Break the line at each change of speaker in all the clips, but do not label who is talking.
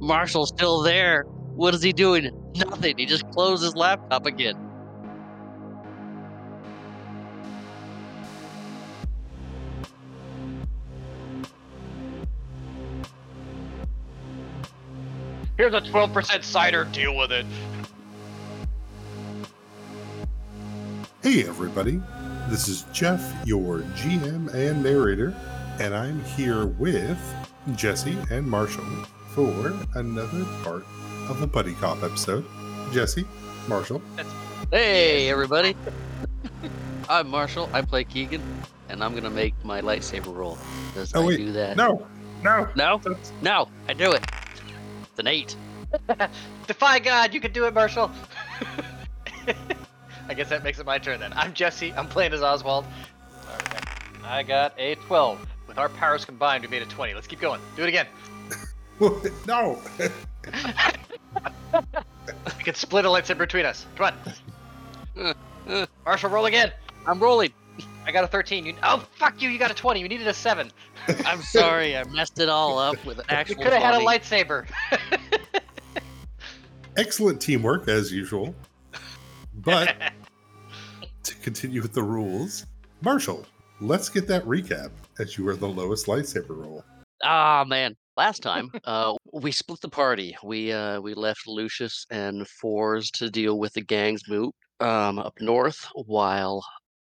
Marshall's still there. What is he doing? Nothing. He just closed his laptop again.
Here's a 12% cider. Deal with it.
Hey, everybody. This is Jeff, your GM and narrator, and I'm here with Jesse and Marshall for another part of the Buddy Cop episode. Jesse, Marshall,
Hey, everybody. I'm Marshall. I play Keegan, and I'm gonna make my lightsaber roll. Does
Oh,
I
wait.
do that?
no, no,
No.
that's-
No. I do it. It's an eight.
Defy God, you can do it, Marshall. I guess that makes it my turn then. I'm Jesse. I'm playing as Oswald. All right. I got a 12. With our powers combined, we made a 20. Let's keep going. Do it again.
no.
We can split a lightsaber between us. Come on. Marshall, roll again.
I'm rolling.
I got a 13. You, oh, fuck you. You got a 20. You needed a 7.
I'm sorry. I messed it all up with an
You
actual.
could have had a
20.
lightsaber.
Excellent teamwork as usual. But to continue with the rules, Marshall, let's get that recap as you were the lowest lightsaber roll.
Ah man, last time uh, we split the party. We uh, we left Lucius and Fours to deal with the gang's moot um, up north, while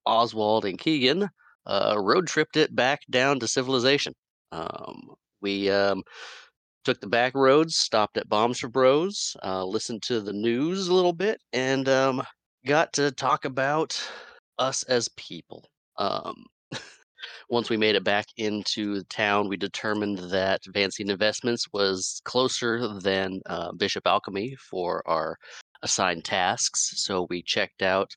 Oswald and Keegan uh, road tripped it back down to civilization. Um, we um, took the back roads, stopped at Bombs for Bros, uh, listened to the news a little bit, and um, got to talk about us as people. Um, once we made it back into the town, we determined that Vancine Investments was closer than uh, Bishop Alchemy for our assigned tasks. So we checked out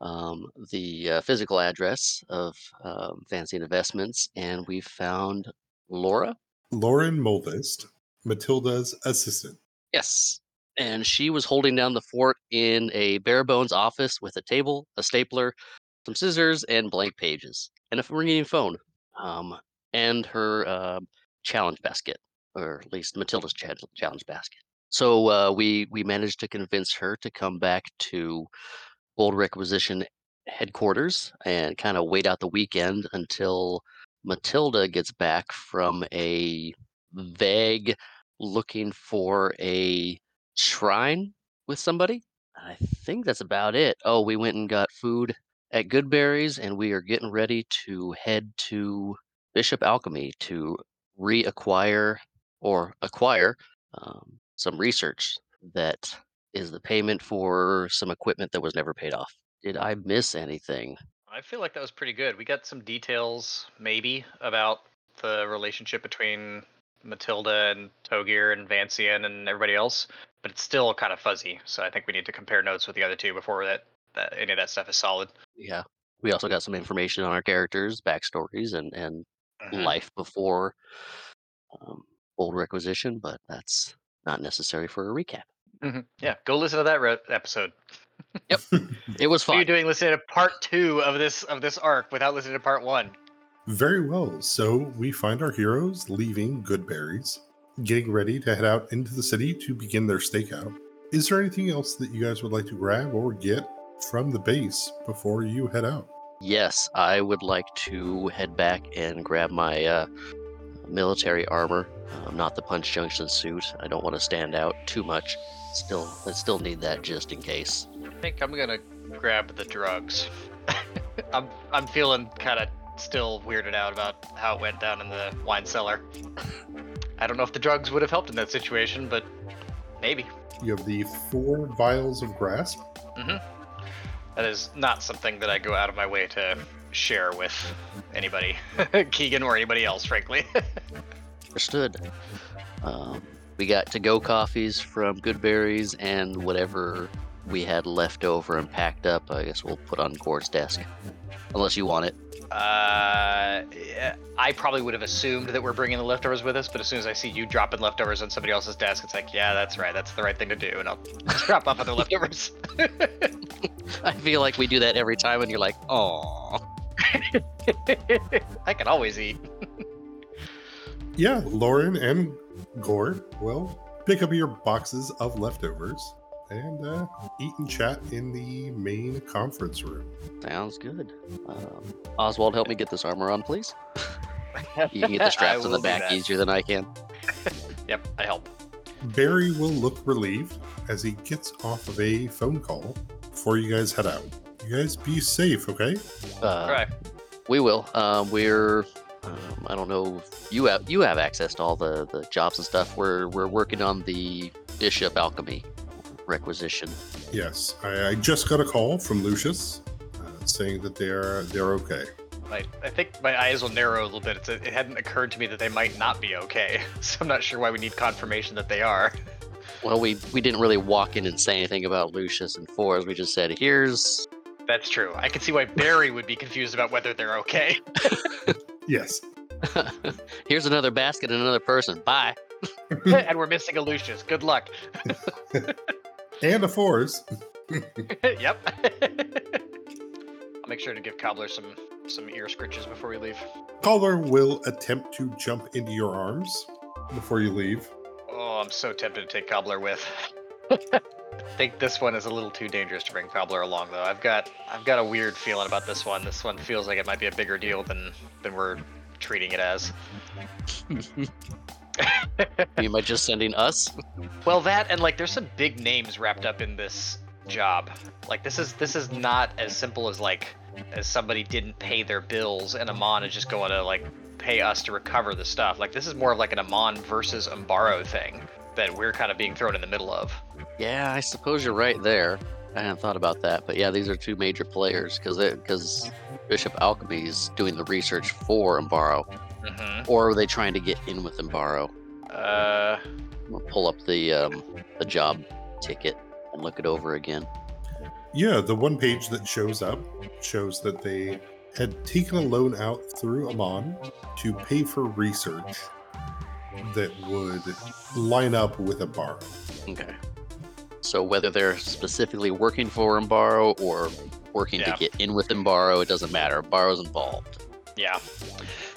um, the uh, physical address of um, Vancine Investments and we found Laura.
Lauren Moldist, Matilda's assistant.
Yes. And she was holding down the fort in a bare bones office with a table, a stapler, some scissors, and blank pages, and a f- ringing phone, um, and her uh, challenge basket, or at least Matilda's cha- challenge basket. So uh, we we managed to convince her to come back to Bold Requisition headquarters and kind of wait out the weekend until Matilda gets back from a vague looking for a shrine with somebody. And I think that's about it. Oh, we went and got food at Goodberry's, and we are getting ready to head to Bishop Alchemy to reacquire or acquire um, some research that is the payment for some equipment that was never paid off. Did I miss anything?
I feel like that was pretty good. We got some details, maybe, about the relationship between Matilda and Togir and Vancian and everybody else, but it's still kind of fuzzy. So I think we need to compare notes with the other two before that, that any of that stuff is solid.
Yeah. We also got some information on our characters, backstories, and, and
Mm-hmm.
life before um, old requisition, but that's not necessary for a recap.
Mhm. Yeah, go listen to that re- episode.
It was
What are
fun.
you doing listening to part two of this of this arc without listening to part one?
Very well. So we find our heroes leaving Goodberries, getting ready to head out into the city to begin their stakeout. Is there anything else that you guys would like to grab or get from the base before you head out?
Yes, I would like to head back and grab my uh, military armor, um, not the punch junction suit. I don't want to stand out too much. Still, I still need that just in case.
I think I'm gonna grab the drugs. I'm I'm feeling kind of still weirded out about how it went down in the wine cellar. I don't know if the drugs would have helped in that situation, but maybe.
You have the four vials of grasp.
That is not something that I go out of my way to share with anybody, Keegan or anybody else, frankly.
Understood. Um, we got to go coffees from Goodberries and whatever we had left over and packed up. I guess we'll put on Gord's desk, unless you want it.
Uh, yeah, I probably would have assumed that we're bringing the leftovers with us, but as soon as I see you dropping leftovers on somebody else's desk, it's like, yeah, that's right, that's the right thing to do, and I'll drop off other leftovers.
I feel like we do that every time, and you're like, "Oh,
I can always eat.
Yeah, Lauren and Gore, well, pick up your boxes of leftovers, and uh, eat and chat in the main conference room.
Sounds good. Um, Oswald, help me get this armor on, please. You can get the straps on the back easier than I can.
Yep, I help.
Barry will look relieved as he gets off of a phone call before you guys head out. You guys be safe, okay?
Uh,
All right.
We will. Um, we're. Um, I don't know. If you have you have access to all the, the jobs and stuff. We're we're working on the bishop alchemy requisition.
Yes, I, I just got a call from Lucius uh, saying that they're they're okay.
My, I think my eyes will narrow a little bit. It's, it hadn't occurred to me that they might not be okay, so I'm not sure why we need confirmation that they are.
Well, we we didn't really walk in and say anything about Lucius and Fours. We just said here's
That's true. I can see why Barry would be confused about whether they're okay.
Yes,
here's another basket and another person. Bye.
and we're missing a Lucius. Good luck.
and a fours.
yep. I'll make sure to give Cobbler some some ear scritches before we leave.
Caller will attempt to jump into your arms before you leave.
Oh, I'm so tempted to take Cobbler with. I think this one is a little too dangerous to bring Cobbler along, though. I've got I've got a weird feeling about this one. This one feels like it might be a bigger deal than than we're treating it as.
you might just sending us.
Well, that and like there's some big names wrapped up in this job. Like this is this is not as simple as like as somebody didn't pay their bills and Amon is just going to like pay us to recover the stuff. Like this is more of like an Amon versus Umbaro thing that we're kind of being thrown in the middle of.
Yeah, I suppose you're right there. I hadn't thought about that, but yeah, these are two major players because because Bishop Alchemy is doing the research for Umbaro,
Mm-hmm.
or are they trying to get in with Umbaro?
Uh,
We'll pull up the um, the job ticket and look it over again.
Yeah, the one page that shows up shows that they had taken a loan out through Amon to pay for research that would line up with a bar.
Okay. So whether they're specifically working for Umbaro or working
Yeah.
to get in with Umbaro, it doesn't matter. Umbaro's involved.
yeah.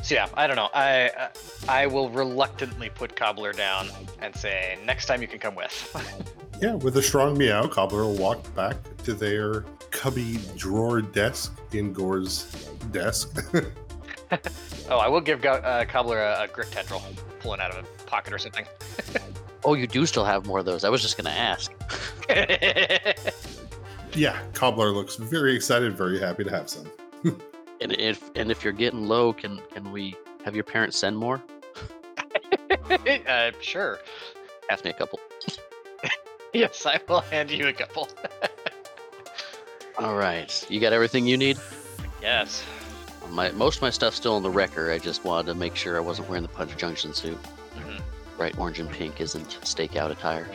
So yeah, I don't know. I uh, I will reluctantly put Cobbler down and say next time you can come with.
Yeah, with a strong meow, Cobbler will walk back to their cubby drawer desk in Gore's desk.
oh, I will give Go- uh, Cobbler a, a grip tendril pulling out of a pocket or something.
Oh, you do still have more of those. I was just gonna ask.
yeah, Cobbler looks very excited, very happy to have some.
And if and if you're getting low, can can we have your parents send more?
uh, sure.
Ask me a couple.
Yes, I will hand you a couple.
All right, you got everything you need.
Yes.
My most of my stuff's still in the wrecker. I just wanted to make sure I wasn't wearing the Punch Junction suit.
Mhm.
Bright orange and pink isn't stakeout attire.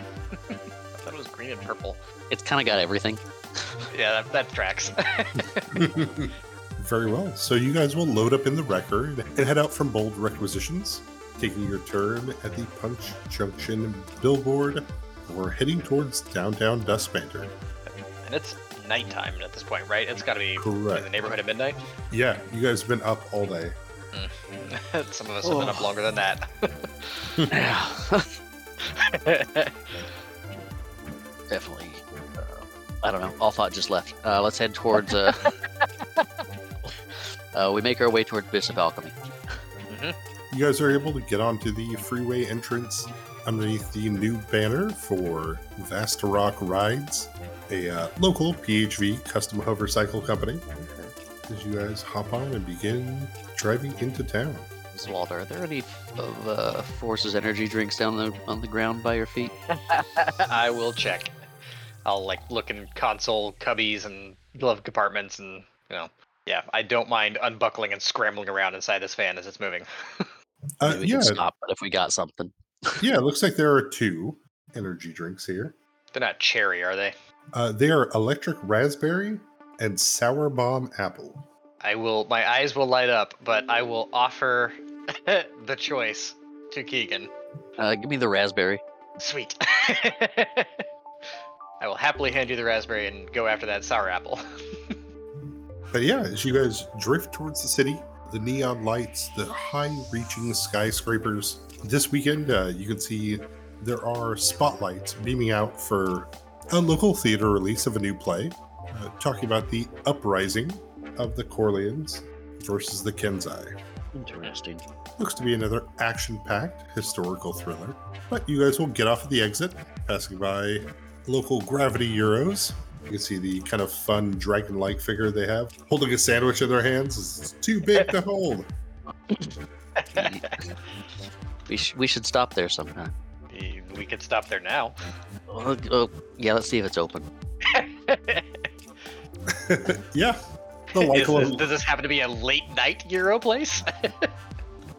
I thought it was green and purple.
It's kind of got everything.
Yeah, that, that tracks.
Very well. So you guys will load up in the record and head out from Bold Requisitions, taking your turn at the Punch Junction billboard. We're heading towards downtown Dust Banter.
and it's nighttime at this point, right? It's got to be in the
Correct.
neighborhood at midnight.
Yeah, you guys have been up all day.
Some of us have been up
Oh.
longer than that.
Definitely. Uh, I don't know. All thought just left. Uh, let's head towards. Uh, uh, we make our way toward Bishop Alchemy.
You guys are able to get onto the freeway entrance underneath the new banner for Vasta Rock Rides, a uh, local PHV custom hover cycle company. As you guys hop on and begin driving into town.
Oswald, are there any of uh, Force's energy drinks down the on the ground by your feet?
I will check. I'll like look in console cubbies and glove compartments and you know. Yeah, I don't mind unbuckling and scrambling around inside this van as it's moving.
Uh,
Maybe we
yeah,
can stop. But if we got something,
Yeah, it looks like there are two energy drinks here.
They're not cherry, are they?
Uh, they are electric raspberry and sour bomb apple.
I will. My eyes will light up, but I will offer the choice to Keegan.
uh, give me the raspberry.
Sweet. I will happily hand you the raspberry and go after that sour apple.
But yeah, as you guys drift towards the city, the neon lights, the high reaching skyscrapers. This weekend, uh, you can see there are spotlights beaming out for a local theater release of a new play, uh, talking about the uprising of the Corleans versus the Kenzai.
Interesting.
Looks to be another action packed historical thriller. But you guys will get off at the exit, passing by local gravity euros. You can see the kind of fun dragon like figure they have holding a sandwich in their hands. It's too big to hold.
We, sh- we should stop there sometime.
Y- we could stop there now.
Oh, oh, yeah, let's see if it's open.
yeah. The
Is
Lycola-
this, does this happen to be a late night Euro place?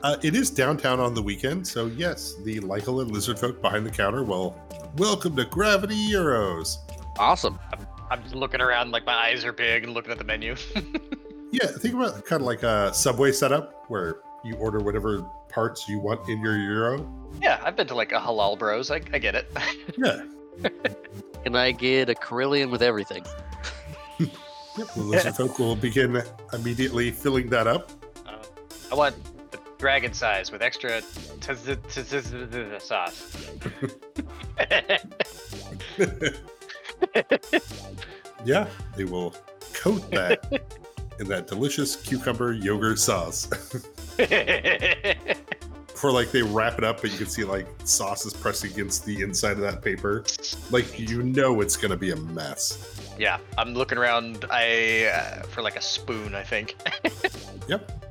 Uh, it is downtown on the weekend, so yes, the Lycola lizard folk behind the counter will welcome to Gravity Euros.
Awesome.
I'm just looking around like my eyes are big and looking at the menu.
Yeah, think about kind of like a subway setup where you order whatever parts you want in your euro.
yeah, I've been to like a halal bros. I, I get it.
Yeah,
Can I get a Carillion with everything?
yep. The lizard folk will begin immediately filling that up.
Uh, I want the dragon size with extra t- t- t- t- t- t- sauce.
Yeah, they will coat that in that delicious cucumber yogurt sauce. For like they wrap it up, but you can see like sauce is pressed against the inside of that paper. Like you know it's gonna be a mess.
yeah, I'm looking around. I uh, for like a spoon, I think.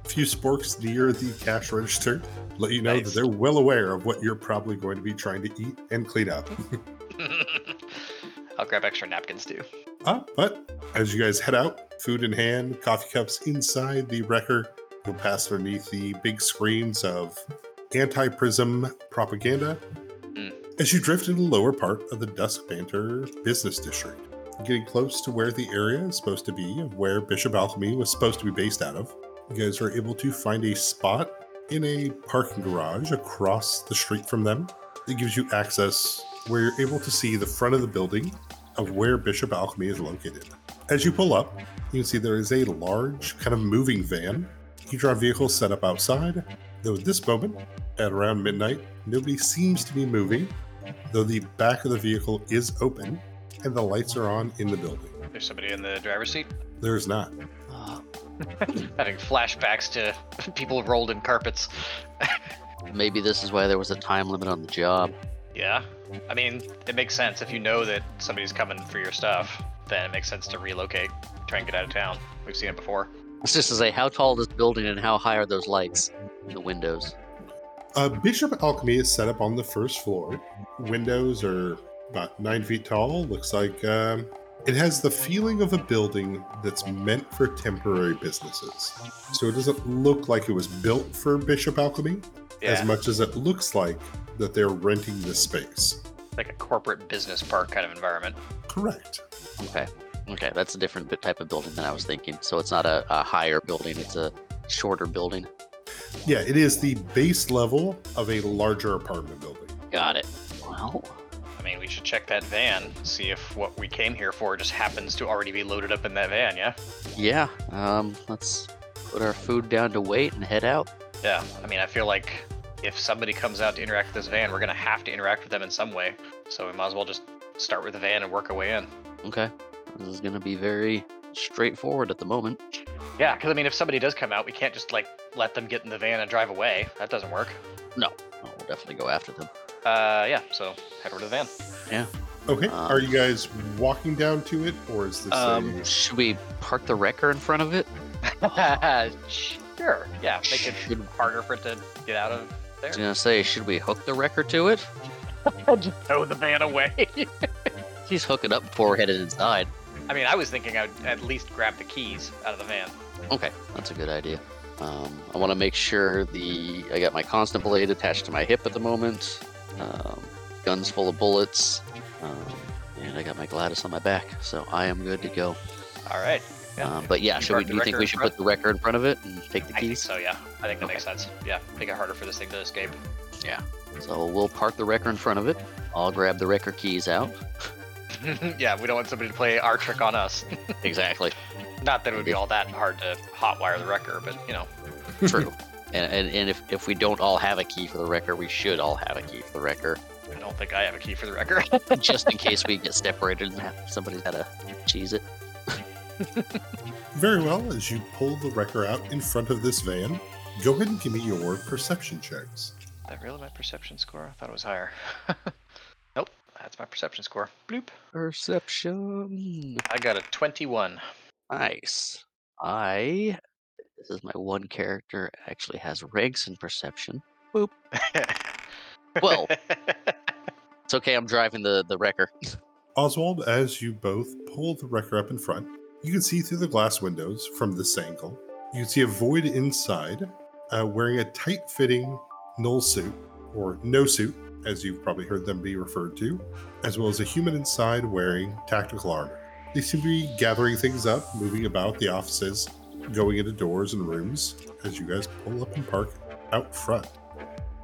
few sporks near the cash register let you know that
Nice.
they're well aware of what you're probably going to be trying to eat and clean up.
I'll grab extra napkins too.
Ah, but as you guys head out, food in hand, coffee cups inside the wrecker, you'll pass underneath the big screens of anti prism propaganda
Mm.
as you drift into the lower part of the Dusk Banter business district. Getting close to where the area is supposed to be, of where Bishop Alchemy was supposed to be based out of, you guys are able to find a spot in a parking garage across the street from them that gives you access where you're able to see the front of the building of where Bishop Alchemy is located. As you pull up, you can see there is a large kind of moving van. Each draw vehicle set up outside, though at this moment, at around midnight, nobody seems to be moving, though the back of the vehicle is open and the lights are on in the building.
There's somebody in the driver's seat.
There is not.
Ah,
Having flashbacks to people rolled in carpets.
maybe this is why there was a time limit on the job.
Yeah. I mean, it makes sense if you know that somebody's coming for your stuff, then it makes sense to relocate, try and get out of town. We've seen it before.
It's just to say, how tall is this building and how high are those lights? The windows.
Uh, Bishop Alchemy is set up on the first floor. Windows are about nine feet tall. Looks like um, it has the feeling of a building that's meant for temporary businesses. So it doesn't look like it was built for Bishop Alchemy as much as it looks like that they're renting this space.
like a corporate business park kind of environment.
Correct.
Okay. Okay, that's a different bit- type of building than I was thinking. So it's not a, a higher building, it's a shorter building.
Yeah, it is the base level of a larger apartment building.
Got it. Well,
I mean, we should check that van, see if what we came here for just happens to already be loaded up in that van, yeah?
yeah. Um, let's put our food down to wait and head out.
Yeah. I mean, I feel like if somebody comes out to interact with this van, we're going to have to interact with them in some way. So we might as well just start with the van and work our way in.
Okay. This is going to be very straightforward at the moment.
Yeah, because I mean, if somebody does come out, we can't just like let them get in the van and drive away. That doesn't work.
Oh, we'll definitely go after them.
Uh, yeah. So head over to the van.
Okay,
Um,
are you guys walking down to it, or is this?
Um,
a...
should we park the wrecker in front of it?
sure. Yeah. Make it
Should-
harder for it to get out of
I
there.
was gonna say, should we hook the wrecker to it?
Throw the van away.
Please hook it up before we're headed inside.
I mean, I was thinking I'd at least grab the keys out of the van.
Okay, that's a good idea. Um, I want to make sure the I got my constant blade attached to my hip at the moment. Um, guns full of bullets, um, and I got my Gladys on my back, so I am good to go.
All right. Yeah.
Um, but yeah,
You
should we?
park
Do
the
you think
wrecker
we
in
should
front?
put the wrecker in front of it and take the
I think
keys?
so. Yeah. I think that
Okay.
makes sense. Yeah. Make it harder for this thing to escape.
So we'll park the wrecker in front of it. I'll grab the wrecker keys out.
yeah. We don't want somebody to play our trick on us.
Exactly.
Not that it would be all that hard to hotwire the wrecker, but you know.
True. and and, and if, if we don't all have a key for the wrecker, we should all have a key for the wrecker.
I don't think I have a key for the record.
just in case we get separated and have, somebody's got to cheese it.
Very well, as you pull the wrecker out in front of this van, go ahead and give me your perception checks.
that really my perception score? I thought it was higher. nope, that's my perception score. Bloop.
Perception.
I got a 21.
Nice. I. This is my one character actually has ranks in perception. Well. It's okay. I'm driving the the wrecker.
Oswald, as you both pull the wrecker up in front, you can see through the glass windows from this angle. You can see a void inside uh, wearing a tight fitting null suit, or no suit, as you've probably heard them be referred to, as well as a human inside wearing tactical armor. They seem to be gathering things up, moving about the offices, going into doors and rooms as you guys pull up and park out front.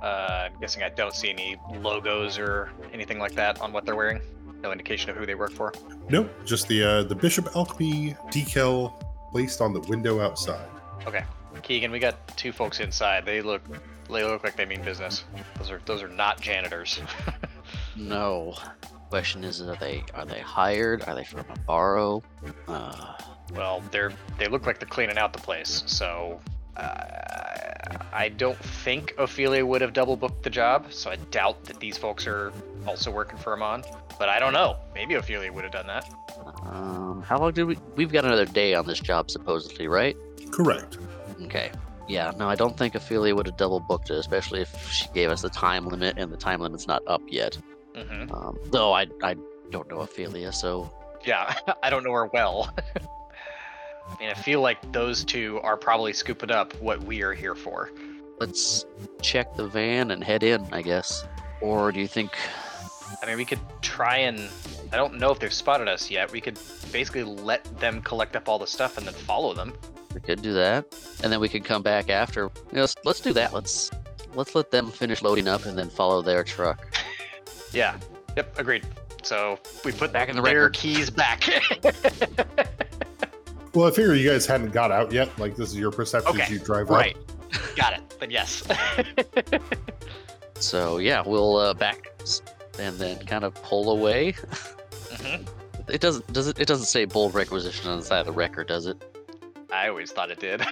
Uh, I'm guessing I don't see any logos or anything like that on what they're wearing. No indication of who they work for.
Nope, just the uh, the Bishop Alchemy decal placed on the window outside.
Keegan, we got two folks inside. They look they look like they mean business. Those are those are not janitors.
No. Question is, are they are they hired? Are they from a borrow? Uh,
well, they're they look like they're cleaning out the place. So uh, I don't think Ophelia would have double booked the job. So I doubt that these folks are also working for Amon. But I don't know. Maybe Ophelia would have done that.
um, how long did we? We've got another day on this job supposedly, right?
Correct.
Okay. Yeah, no, I don't think Ophelia would have double booked it, especially if she gave us the time limit, and the time limit's not up yet.
hmm
Um, though I, I don't know Ophelia, so
Yeah, I don't know her well. I mean, I feel like those two are probably scooping up what we are here for.
let's check the van and head in, I guess. Or do you think?
I mean, we could try and. I don't know if they've spotted us yet. We could basically let them collect up all the stuff and then follow them.
We could do that, and then we could come back after. You know, let's, let's do that. Let's let's let them finish loading up, and then follow their truck.
Yeah. Yep. Agreed. So we put
Back in the
their
record.
keys back.
Well, I figure you guys hadn't got out yet. Like this is your perception as
Okay,
you drive
right.
up.
Got it. Then yes.
So yeah, we'll uh, back s- and then kind of pull away.
Mhm.
It doesn't does it, it doesn't say bold requisition on the side of the record, does it?
I always thought it did.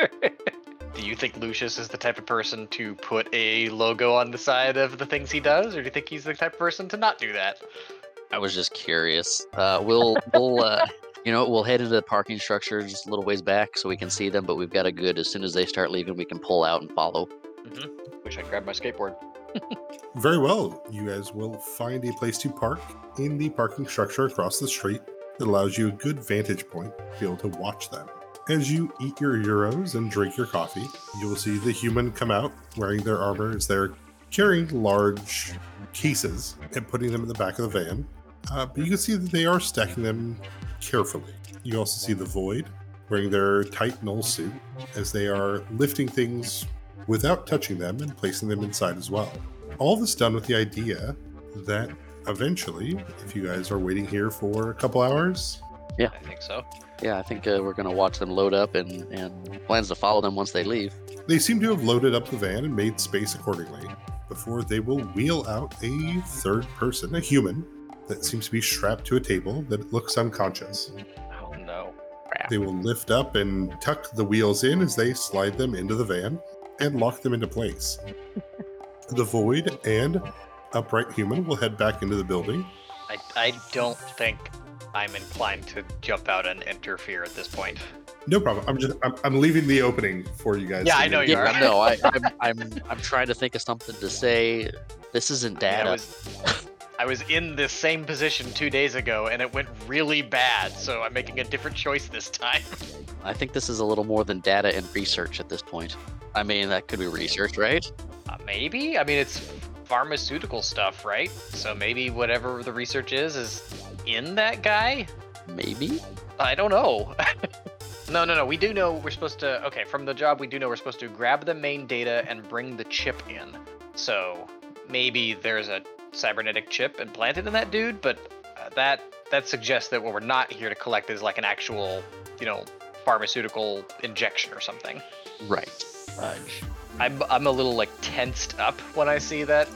do you think Lucius is the type of person to put a logo on the side of the things he does, or do you think he's the type of person to not do that?
I was just curious. Uh, we'll we'll uh, you know we'll head into the parking structure just a little ways back so we can see them. But we've got a good as soon as they start leaving, we can pull out and follow.
Wish I'd grabbed my skateboard.
Very well. You guys will find a place to park in the parking structure across the street that allows you a good vantage point to be able to watch them. As you eat your euros and drink your coffee, you will see the human come out wearing their armor as they're carrying large cases and putting them in the back of the van. Uh, but you can see that they are stacking them carefully. You also see the void wearing their tight null suit as they are lifting things without touching them and placing them inside as well all this done with the idea that eventually, if you guys are waiting here for a couple hours,
I think so.
Yeah, I think uh, we're gonna watch them load up and and plans to follow them once they leave.
they seem to have loaded up the van and made space accordingly before they will wheel out a third person, a human, that seems to be strapped to a table that looks unconscious.
Oh no.
They will lift up and tuck the wheels in as they slide them into the van and lock them into place. the void and upright human will head back into the building.
I, I don't think I'm inclined to jump out and interfere at this point.
No problem. I'm just I'm, I'm leaving the opening for you guys.
Yeah,
to
I know
read.
Oh, you are.
Yeah, no, I, I'm I'm I'm trying to think of something to say. This isn't
I mean,
data.
I was I was in this same position two days ago and it went really bad, so I'm making a different choice this time.
I think this is a little more than data and research at this point. I mean, that could be research, right?
Uh, maybe? I mean, it's pharmaceutical stuff, right? So maybe whatever the research is is in that guy?
Maybe.
I don't know. no, no, no. We do know we're supposed to. Okay, from the job, we do know we're supposed to grab the main data and bring the chip in. So maybe there's a cybernetic chip implanted in that dude, but uh, that that suggests that what we're not here to collect is like an actual, you know, pharmaceutical injection or something.
Right.
Fudge. I'm I'm a little like tensed up when I see that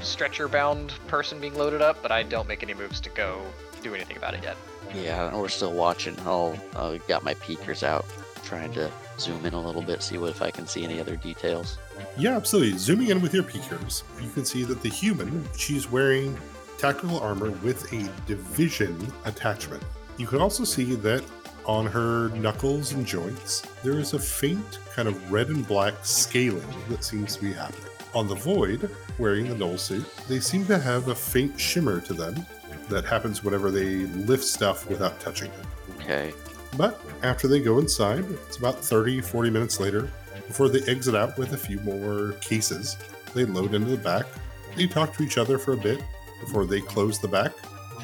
stretcher bound person being loaded up, but I don't make any moves to go do anything about it yet.
Yeah, we're still watching. I'll uh, got my peekers out, trying to zoom in a little bit, see what if I can see any other details.
Yeah, absolutely. Zooming in with your peekers, you can see that the human, she's wearing tactical armor with a division attachment. You can also see that on her knuckles and joints, there is a faint kind of red and black scaling that seems to be happening. On the void, wearing the null suit, they seem to have a faint shimmer to them that happens whenever they lift stuff without touching it.
Okay.
But after they go inside, it's about 30, 40 minutes later, before they exit out with a few more cases. They load into the back, they talk to each other for a bit before they close the back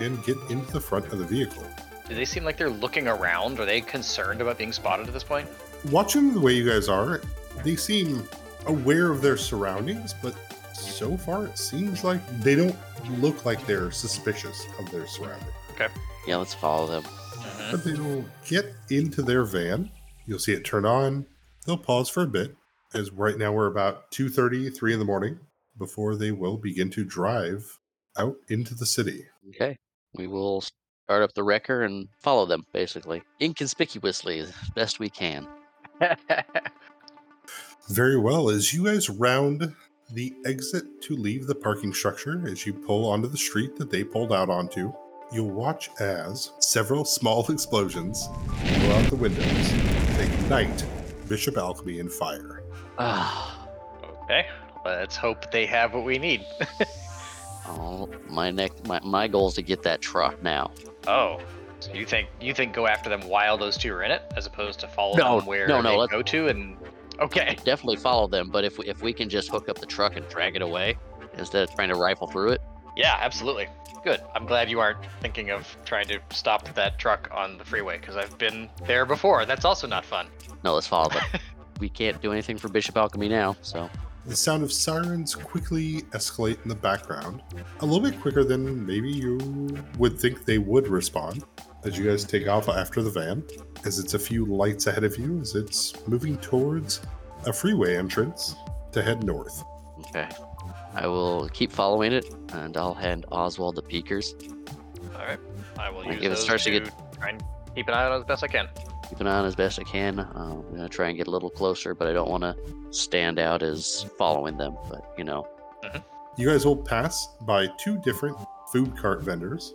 and get into the front of the vehicle.
Do they seem like they're looking around? Are they concerned about being spotted at this point?
Watching the way you guys are, they seem aware of their surroundings, but so far it seems like they don't look like they're suspicious of their surroundings.
Yeah, let's follow them. Mm-hmm.
But they will get into their van. You'll see it turn on. They'll pause for a bit, as right now we're about 2.30, 3 in the morning, before they will begin to drive out into the city.
Okay. We will start up the wrecker and follow them, basically, inconspicuously as best we can.
Very well, as you guys round the exit to leave the parking structure, as you pull onto the street that they pulled out onto, you'll watch as several small explosions blow out the windows, they ignite Bishop Alchemy in fire.
Ah,
okay, let's hope they have what we need.
oh, my neck. My, my goal is to get that truck now.
Oh, so you think you think go after them while those two are in it, as opposed to follow
No,
them where
no, no,
they
let's-
go to and okay.
Definitely follow them, but if we, if we can just hook up the truck and drag it away instead of trying to rifle through it.
Yeah, absolutely. Good. I'm glad you aren't thinking of trying to stop that truck on the freeway because I've been there before. That's also not fun.
No, let's follow them. we can't do anything for Bishop Alchemy now, so
The sound of sirens quickly escalate in the background, a little bit quicker than maybe you would think they would respond as you guys take off after the van, as it's a few lights ahead of you as it's moving towards a freeway entrance to head north.
okay. I will keep following it, and I'll hand Oswald the peekers.
All right. I will
Like,
use
if it
those
starts to
to
get-
try and keep an eye on it as best I can.
Keep an eye on as best I can. Uh, I'm gonna try and get a little closer, but I don't want to stand out as following them. But you know,
You guys will pass by two different food cart vendors,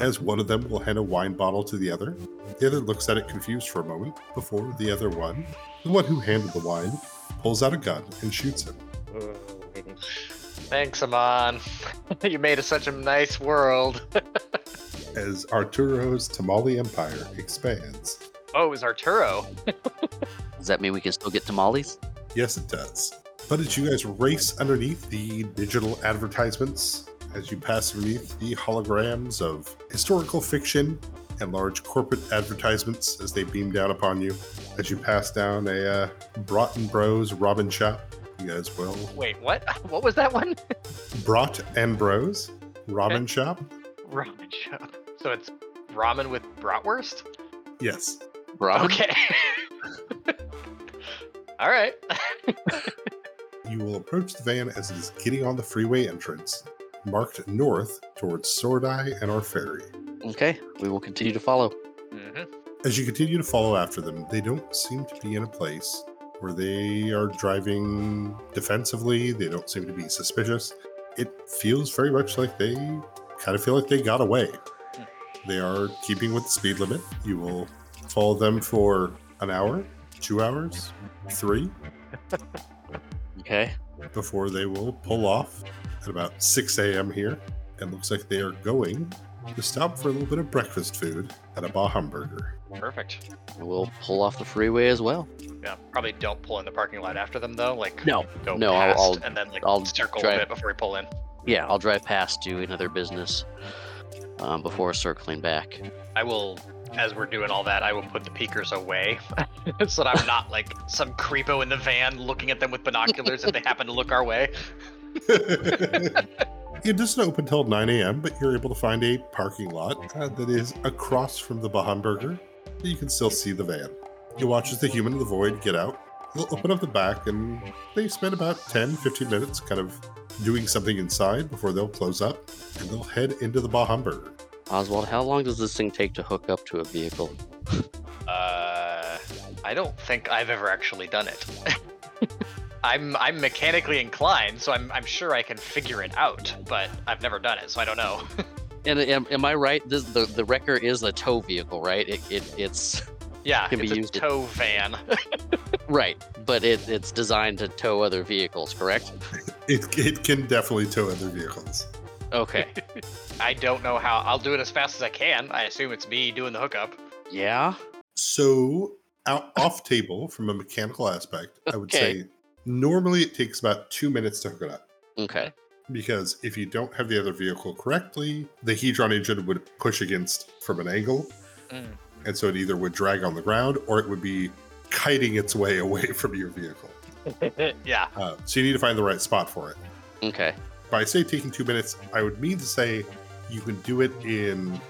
as one of them will hand a wine bottle to the other. The other looks at it confused for a moment before the other one, the one who handed the wine, pulls out a gun and shoots him.
Thanks, Amon. you made us such a nice world.
as Arturo's Tamale Empire expands.
Oh, it was Arturo.
does that mean we can still get tamales?
Yes, it does. But as you guys race underneath the digital advertisements, as you pass underneath the holograms of historical fiction and large corporate advertisements as they beam down upon you, as you pass down a uh, Broughton Bros Robin shop, you guys will.
Wait, what? What was that one?
Brought and Bros Robin shop?
Ramen shop. So it's ramen with bratwurst?
Yes.
Bro,
Okay. All right.
You will approach the van as it is getting on the freeway entrance, marked north towards Sordai and our ferry.
okay. We will continue to follow.
Mhm.
As you continue to follow after them, they don't seem to be in a place where they are driving defensively. They don't seem to be suspicious. It feels very much like they kind of feel like they got away. They are keeping with the speed limit. You will follow them for an hour, two hours, three,
Okay.
before they will pull off at about 6 a.m. here. And looks like they are going to stop for a little bit of breakfast food at a Bah Hamburger.
Perfect.
We'll pull off the freeway as well.
Yeah. Probably don't pull in the parking lot after them though. Like
No.
go
No, I'll-
past
I'll-
and then like
I'll
circle
try-
a bit before we pull in.
Yeah, I'll drive past to another business um, before circling back.
I will, as we're doing all that, I will put the peekers away so that I'm not like some creepo in the van looking at them with binoculars if they happen to look our way.
it doesn't open till 9 a.m., but you're able to find a parking lot uh, that is across from the Bahan Burger. You can still see the van. You watch as the human in the void get out. They'll open up the back, and they spend about 10, 15 minutes kind of doing something inside before they'll close up and they'll head into the Bahumber.
Oswald, how long does this thing take to hook up to a vehicle?
Uh, I don't think I've ever actually done it. I'm I'm mechanically inclined, so I'm I'm sure I can figure it out, but I've never done it, so I don't know.
And am, am I right? This, the the wrecker is a tow vehicle, right? It, it it's
yeah,
Can be
it's a
used to-
tow van.
right, but it, it's designed to tow other vehicles, correct?
It, it can definitely tow other vehicles.
Okay.
I don't know how. I'll do it as fast as I can. I assume it's me doing the hookup.
yeah.
So, out, off table from a mechanical aspect, I would
Okay.
say normally it takes about two minutes to hook it up
Okay.
because if you don't have the other vehicle correctly, the Hedron engine would push against from an angle.
Mm.
And so it either would drag on the ground or it would be kiting its way away from your vehicle.
yeah.
Uh, so you need to find the right spot for it.
Okay.
By say taking two minutes, I would mean to say you can do it in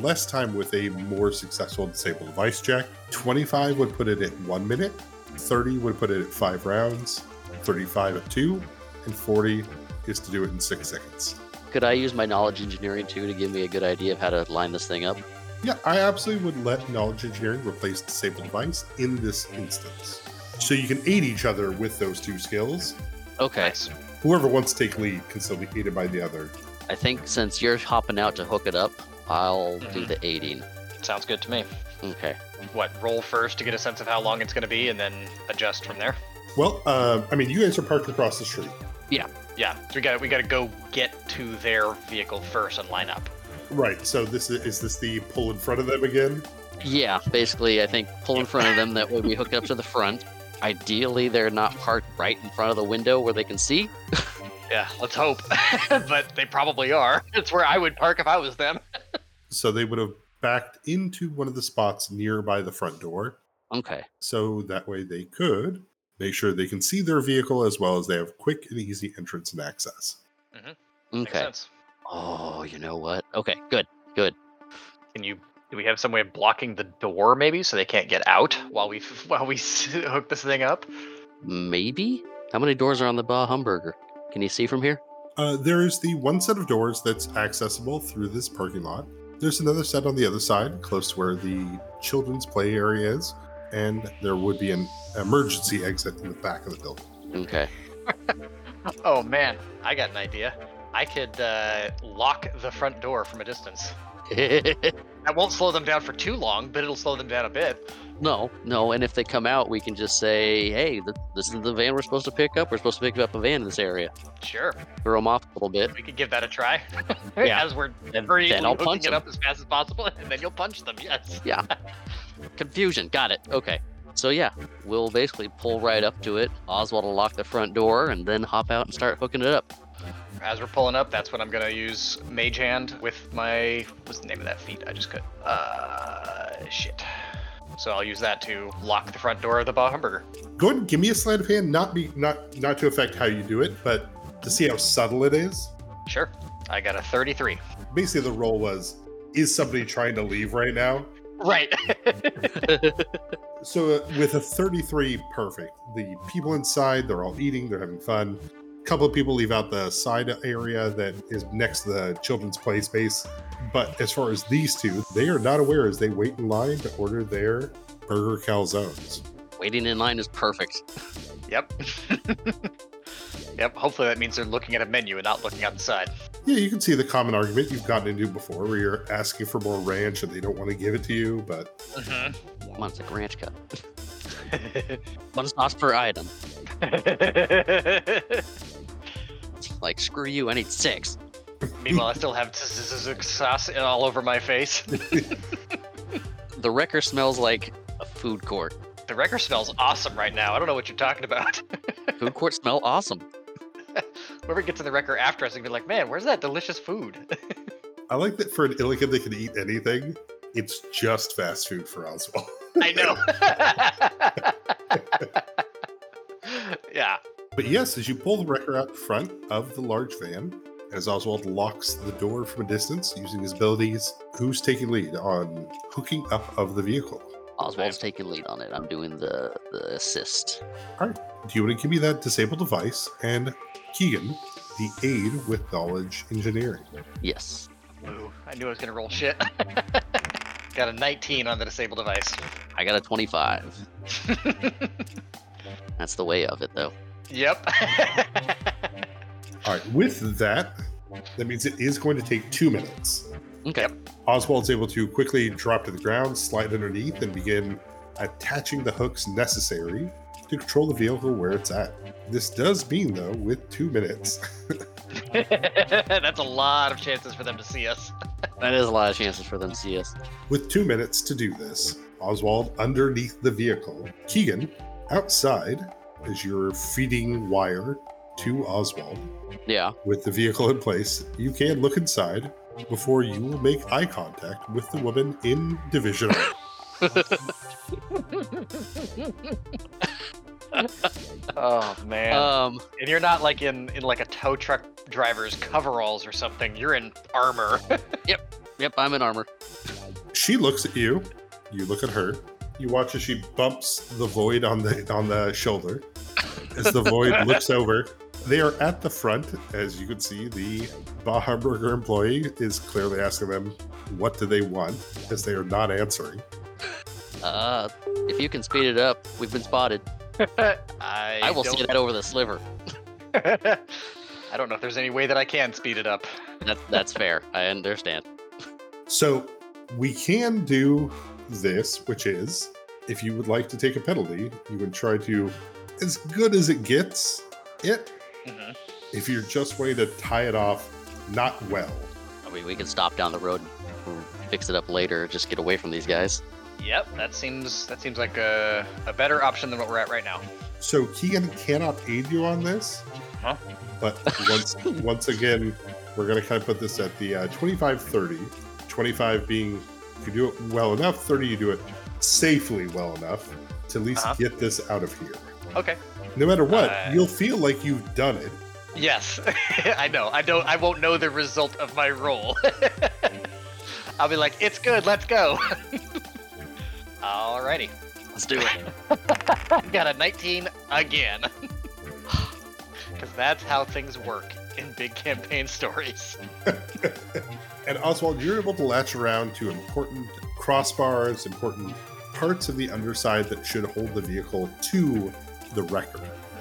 less time with a more successful disabled device check. 25 would put it at one minute, 30 would put it at five rounds, 35 at two, and 40 is to do it in six seconds.
Could I use my knowledge engineering too to give me a good idea of how to line this thing up?
Yeah, I absolutely would let knowledge engineering replace disabled device in this instance. So you can aid each other with those two skills.
Okay.
Nice.
Whoever wants to take lead can still be aided by the other.
I think since you're hopping out to hook it up, I'll do
Mhm.
the aiding.
Sounds good to me.
Okay.
What roll first to get a sense of how long it's going to be, and then adjust from there.
Well, uh, I mean, you guys are parked across the street.
Yeah. So we got we got to go get to their vehicle first and line up.
Right. So this is, is this the pull in front of them again?
Yeah, basically, I think pull in front of them. That way, we hook up to the front. Ideally, they're not parked right in front of the window where they can see.
Yeah. Let's hope. but they probably are. It's where I would park if I was them.
So they would have backed into one of the spots nearby the front door.
Okay.
So that way they could make sure they can see their vehicle as well as they have quick and easy entrance and access.
Makes
Okay.
sense.
Oh, you know what? Okay, good.
Can you? Do we have some way of blocking the door, maybe, so they can't get out while we while we hook this thing up?
Maybe. How many doors are on the Bah Humburger? Can you see from here?
Uh, there is the one set of doors that's accessible through this parking lot. There's another set on the other side, close to where the children's play area is, and there would be an emergency exit in the back of the building.
Okay.
Oh man, I got an idea. I could uh, lock the front door from a distance. That won't slow them down for too long, but it'll slow them down a bit.
no, no. And if they come out, we can just say, "Hey, th- this is the van we're supposed to pick up. We're supposed to pick up a van in this area."
Sure,
Throw them off a little bit.
we could give that a try.
Yeah.
As we're
Then,
hurrying
then I'll
hooking
punch
it
them.
up as fast as possible, and then you'll punch them. Yes.
Confusion. Got it. Okay. So yeah, we'll basically pull right up to it. Oswald will lock the front door and then hop out and start hooking it up.
As we're pulling up, that's when I'm gonna use Mage Hand with my what's the name of that feat? I just cut. Uh, shit. So I'll use that to lock the front door of the Bah Hamburger.
Go ahead and give me a sleight of hand. Not be not not to affect how you do it, but to see how subtle it is.
Sure. I got a 33.
Basically, the role was: is somebody trying to leave right now?
Right.
So uh, with a 33, perfect. The people inside, they're all eating, they're having fun. A couple of people leave out the side area that is next to the children's play space. But as far as these two, they are not aware as they wait in line to order their burger calzones.
Waiting in line is perfect.
Yep. yep. Hopefully that means they're looking at a menu and not looking outside.
Yeah, you can see the common argument you've gotten into before where you're asking for more ranch and they don't want to give it to you, but
Come on, it's like ranch cut. One sauce per item. Like screw you, I need six.
Meanwhile, I still have z- z- z- sauce all over my face.
The wrecker smells like a food court.
The record smells awesome right now. I don't know what you're talking about.
Food court smell awesome.
Whoever gets in the record after us is gonna be like, man, where's that delicious food?
I like that for an Illican they can eat anything. It's just fast food for Oswald.
I know. yeah.
But yes, as you pull the wrecker out front of the large van, as Oswald locks the door from a distance using his abilities, who's taking lead on hooking up of the vehicle?
Oswald's taking lead on it. I'm doing the, the assist.
Do you want to give me that disabled device? And Keegan, the aid with knowledge engineering.
Yes.
Woo. I knew I was gonna roll shit. Got a 19 on the disabled device.
I got a 25. That's the way of it, though.
yep.
All right, with that, that means it is going to take two minutes.
Okay.
Oswald's able to quickly drop to the ground, slide underneath, and begin attaching the hooks necessary to control the vehicle where it's at. This does mean, though, with two minutes,
That's a lot of chances for them to see us.
That is a lot of chances for them to see us.
with two minutes to do this, Oswald underneath the vehicle. Keegan, outside, as you're feeding wire to Oswald
Yeah.
with the vehicle in place, you can look inside before you will make eye contact with the woman in Division R.
Oh man.
Um.
and you're not like in in like a tow truck driver's coveralls or something. You're in armor.
Yep. I'm in armor.
She looks at you. You look at her. You watch as she bumps the void on the on the shoulder. As the void looks over, they are at the front. As you can see, the Baja Burger employee is clearly asking them what do they want, as they are not answering.
Uh, if you can speed it up, we've been spotted.
I,
I will
don't-
see that over the sliver.
I don't know if there's any way that I can speed it up.
That's that's fair. I understand.
So we can do this, which is if you would like to take a penalty, you can try to as good as it gets it
Mhm.
if you're just way to tie it off not well.
I mean, we can stop down the road and fix it up later. Just get away from these guys.
Yep, that seems that seems like a, a better option than what we're at right now.
So Keegan cannot aid you on this,
Huh?
but once once again, we're gonna kind of put this at the uh, 25 30. 25 being you do it well enough, 30 you do it safely well enough to at least
Uh-huh.
get this out of here.
Okay.
No matter what,
Uh,
you'll feel like you've done it.
Yes, I know. I don't. I won't know the result of my roll. I'll be like, it's good. Let's go. Alrighty,
Let's do it.
got a 19 again. Because that's how things work in big campaign stories.
And Oswald, you're able to latch around to important crossbars, important parts of the underside that should hold the vehicle to the wrecker.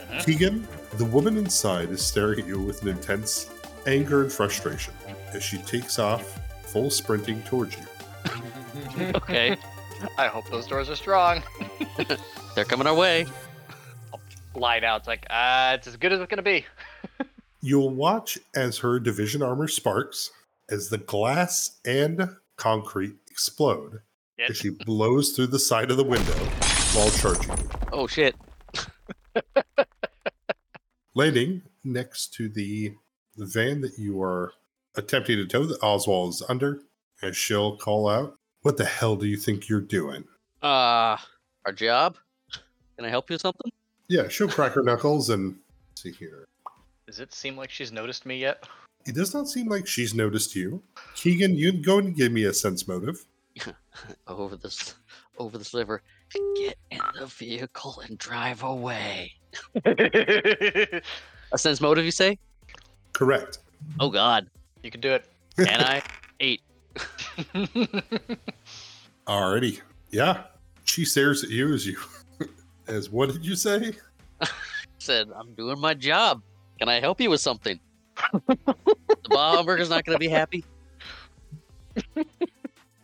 Mhm.
Keegan, the woman inside is staring at you with an intense anger and frustration as she takes off, full sprinting towards you.
okay.
I hope those doors are strong.
They're coming our way.
Light out. It's like, uh, it's as good as it's gonna be.
You'll watch as her division armor sparks as the glass and concrete explode
Yep.
as she blows through the side of the window while charging, you,
Oh shit.
landing next to the the van that you are attempting to tow that Oswald is under. As she'll call out, "What the hell do you think you're doing?"
Uh, our job. Can I help you with something?
Yeah, she'll crack her knuckles and see here.
Does it seem like she's noticed me yet?
It does not seem like she's noticed you. Keegan, you go and give me a sense motive.
Over this, over the sliver. Get in the vehicle and drive away.
you
A sense motive, you say?
Correct.
Oh God.
can do it.
And I.
Alrighty. Yeah. She stares at you as you as what did you say?
said, I'm doing my job. Can I help you with something? the Baja Burger's not going to be happy.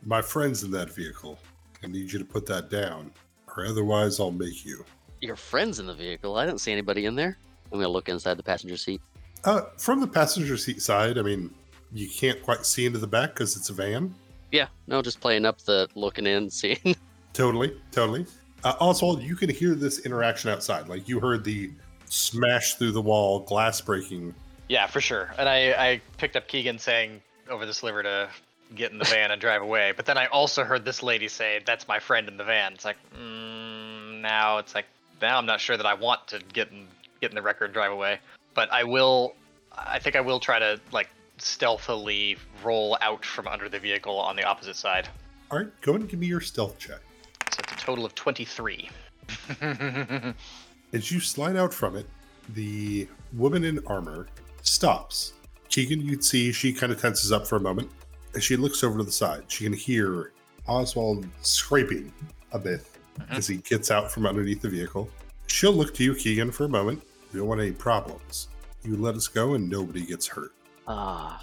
My friend's in that vehicle. I need you to put that down, or otherwise I'll make you.
Your friend's in the vehicle. I didn't see anybody in there. I'm going to look inside the passenger seat.
Uh from the passenger seat side, I mean, you can't quite see into the back because it's a van.
Yeah, no, just playing up the looking in, seeing.
Totally, totally. Uh, Oswald, you can hear this interaction outside. Like you heard the smash through the wall, glass breaking.
Yeah, for sure. And I, I picked up Keegan saying over the sliver to get in the van and drive away. But then I also heard this lady say, "That's my friend in the van." It's like, mm, now it's like now I'm not sure that I want to get in get in the wrecker and drive away. But I will. I think I will try to like stealthily roll out from under the vehicle on the opposite side.
All right, go ahead and give me your stealth check.
So it's a total of 23.
As you slide out from it, the woman in armor stops. Keegan, you'd see she kind of tenses up for a moment. As she looks over to the side, she can hear Oswald scraping a bit
Mhm.
as he gets out from underneath the vehicle. She'll look to you, Keegan, for a moment. We don't want any problems. You let us go and nobody gets hurt.
Ah,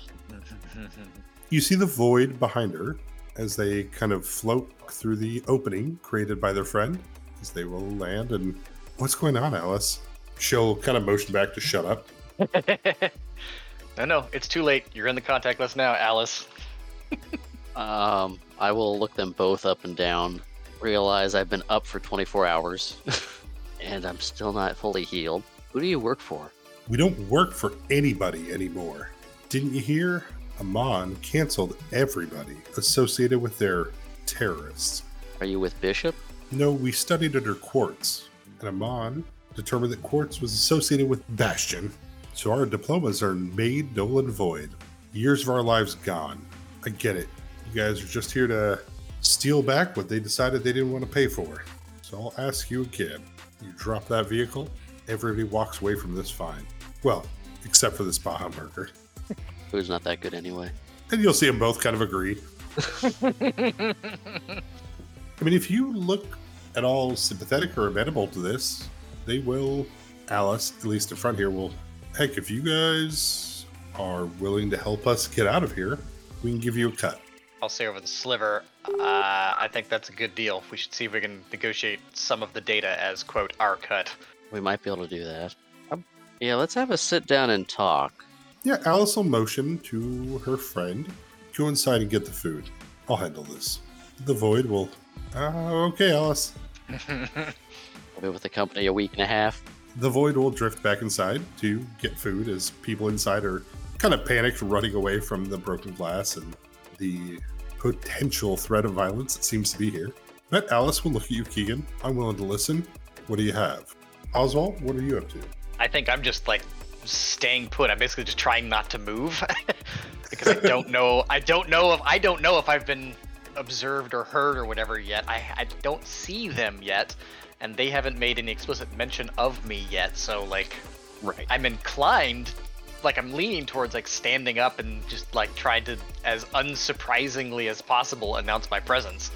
You see the void behind her as they kind of float through the opening created by their friend as they will land. And what's going on, Alice? She'll kind of motion back to shut up.
no, no, it's too late. You're in the contact list now, Alice.
um, I will look them both up and down. Realize I've been up for 24 hours, and I'm still not fully healed. Who do you work for?
We don't work for anybody anymore. Didn't you hear? Amon canceled everybody associated with their terrorists.
Are you with Bishop?
No, we studied under Quartz, and Amon determined that Quartz was associated with Bastion. So our diplomas are made null and void. Years of our lives gone. I get it. You guys are just here to steal back what they decided they didn't want to pay for. So I'll ask you again. You drop that vehicle, everybody walks away from this fine. Well, except for this Baja murder.
Who's not that good anyway?
And you'll see them both kind of agree. I mean, if you look at all sympathetic or amenable to this, they will, Alice, at least in front here, will, heck, if you guys are willing to help us get out of here, we can give you a cut.
I'll say over the sliver. Uh, I think that's a good deal. We should see if we can negotiate some of the data as quote our cut.
We might be able to do that. Yeah, let's have a sit down and talk.
Yeah, Alice will motion to her friend, go inside and get the food. I'll handle this. The void will, uh, okay, Alice.
I've been with the company a week and a half.
The void will drift back inside to get food as people inside are kind of panicked, running away from the broken glass and the potential threat of violence that seems to be here. But Alice will look at you, Keegan. I'm willing to listen. What do you have? Oswald, what are you up to?
I think I'm just like staying put. I'm basically just trying not to move because I don't know. I don't know if I don't know if I've been observed or heard or whatever yet. I, I don't see them yet, and they haven't made any explicit mention of me yet. So like,
Right.
I'm inclined, like I'm leaning towards like standing up and just like trying to, as unsurprisingly as possible, announce my presence.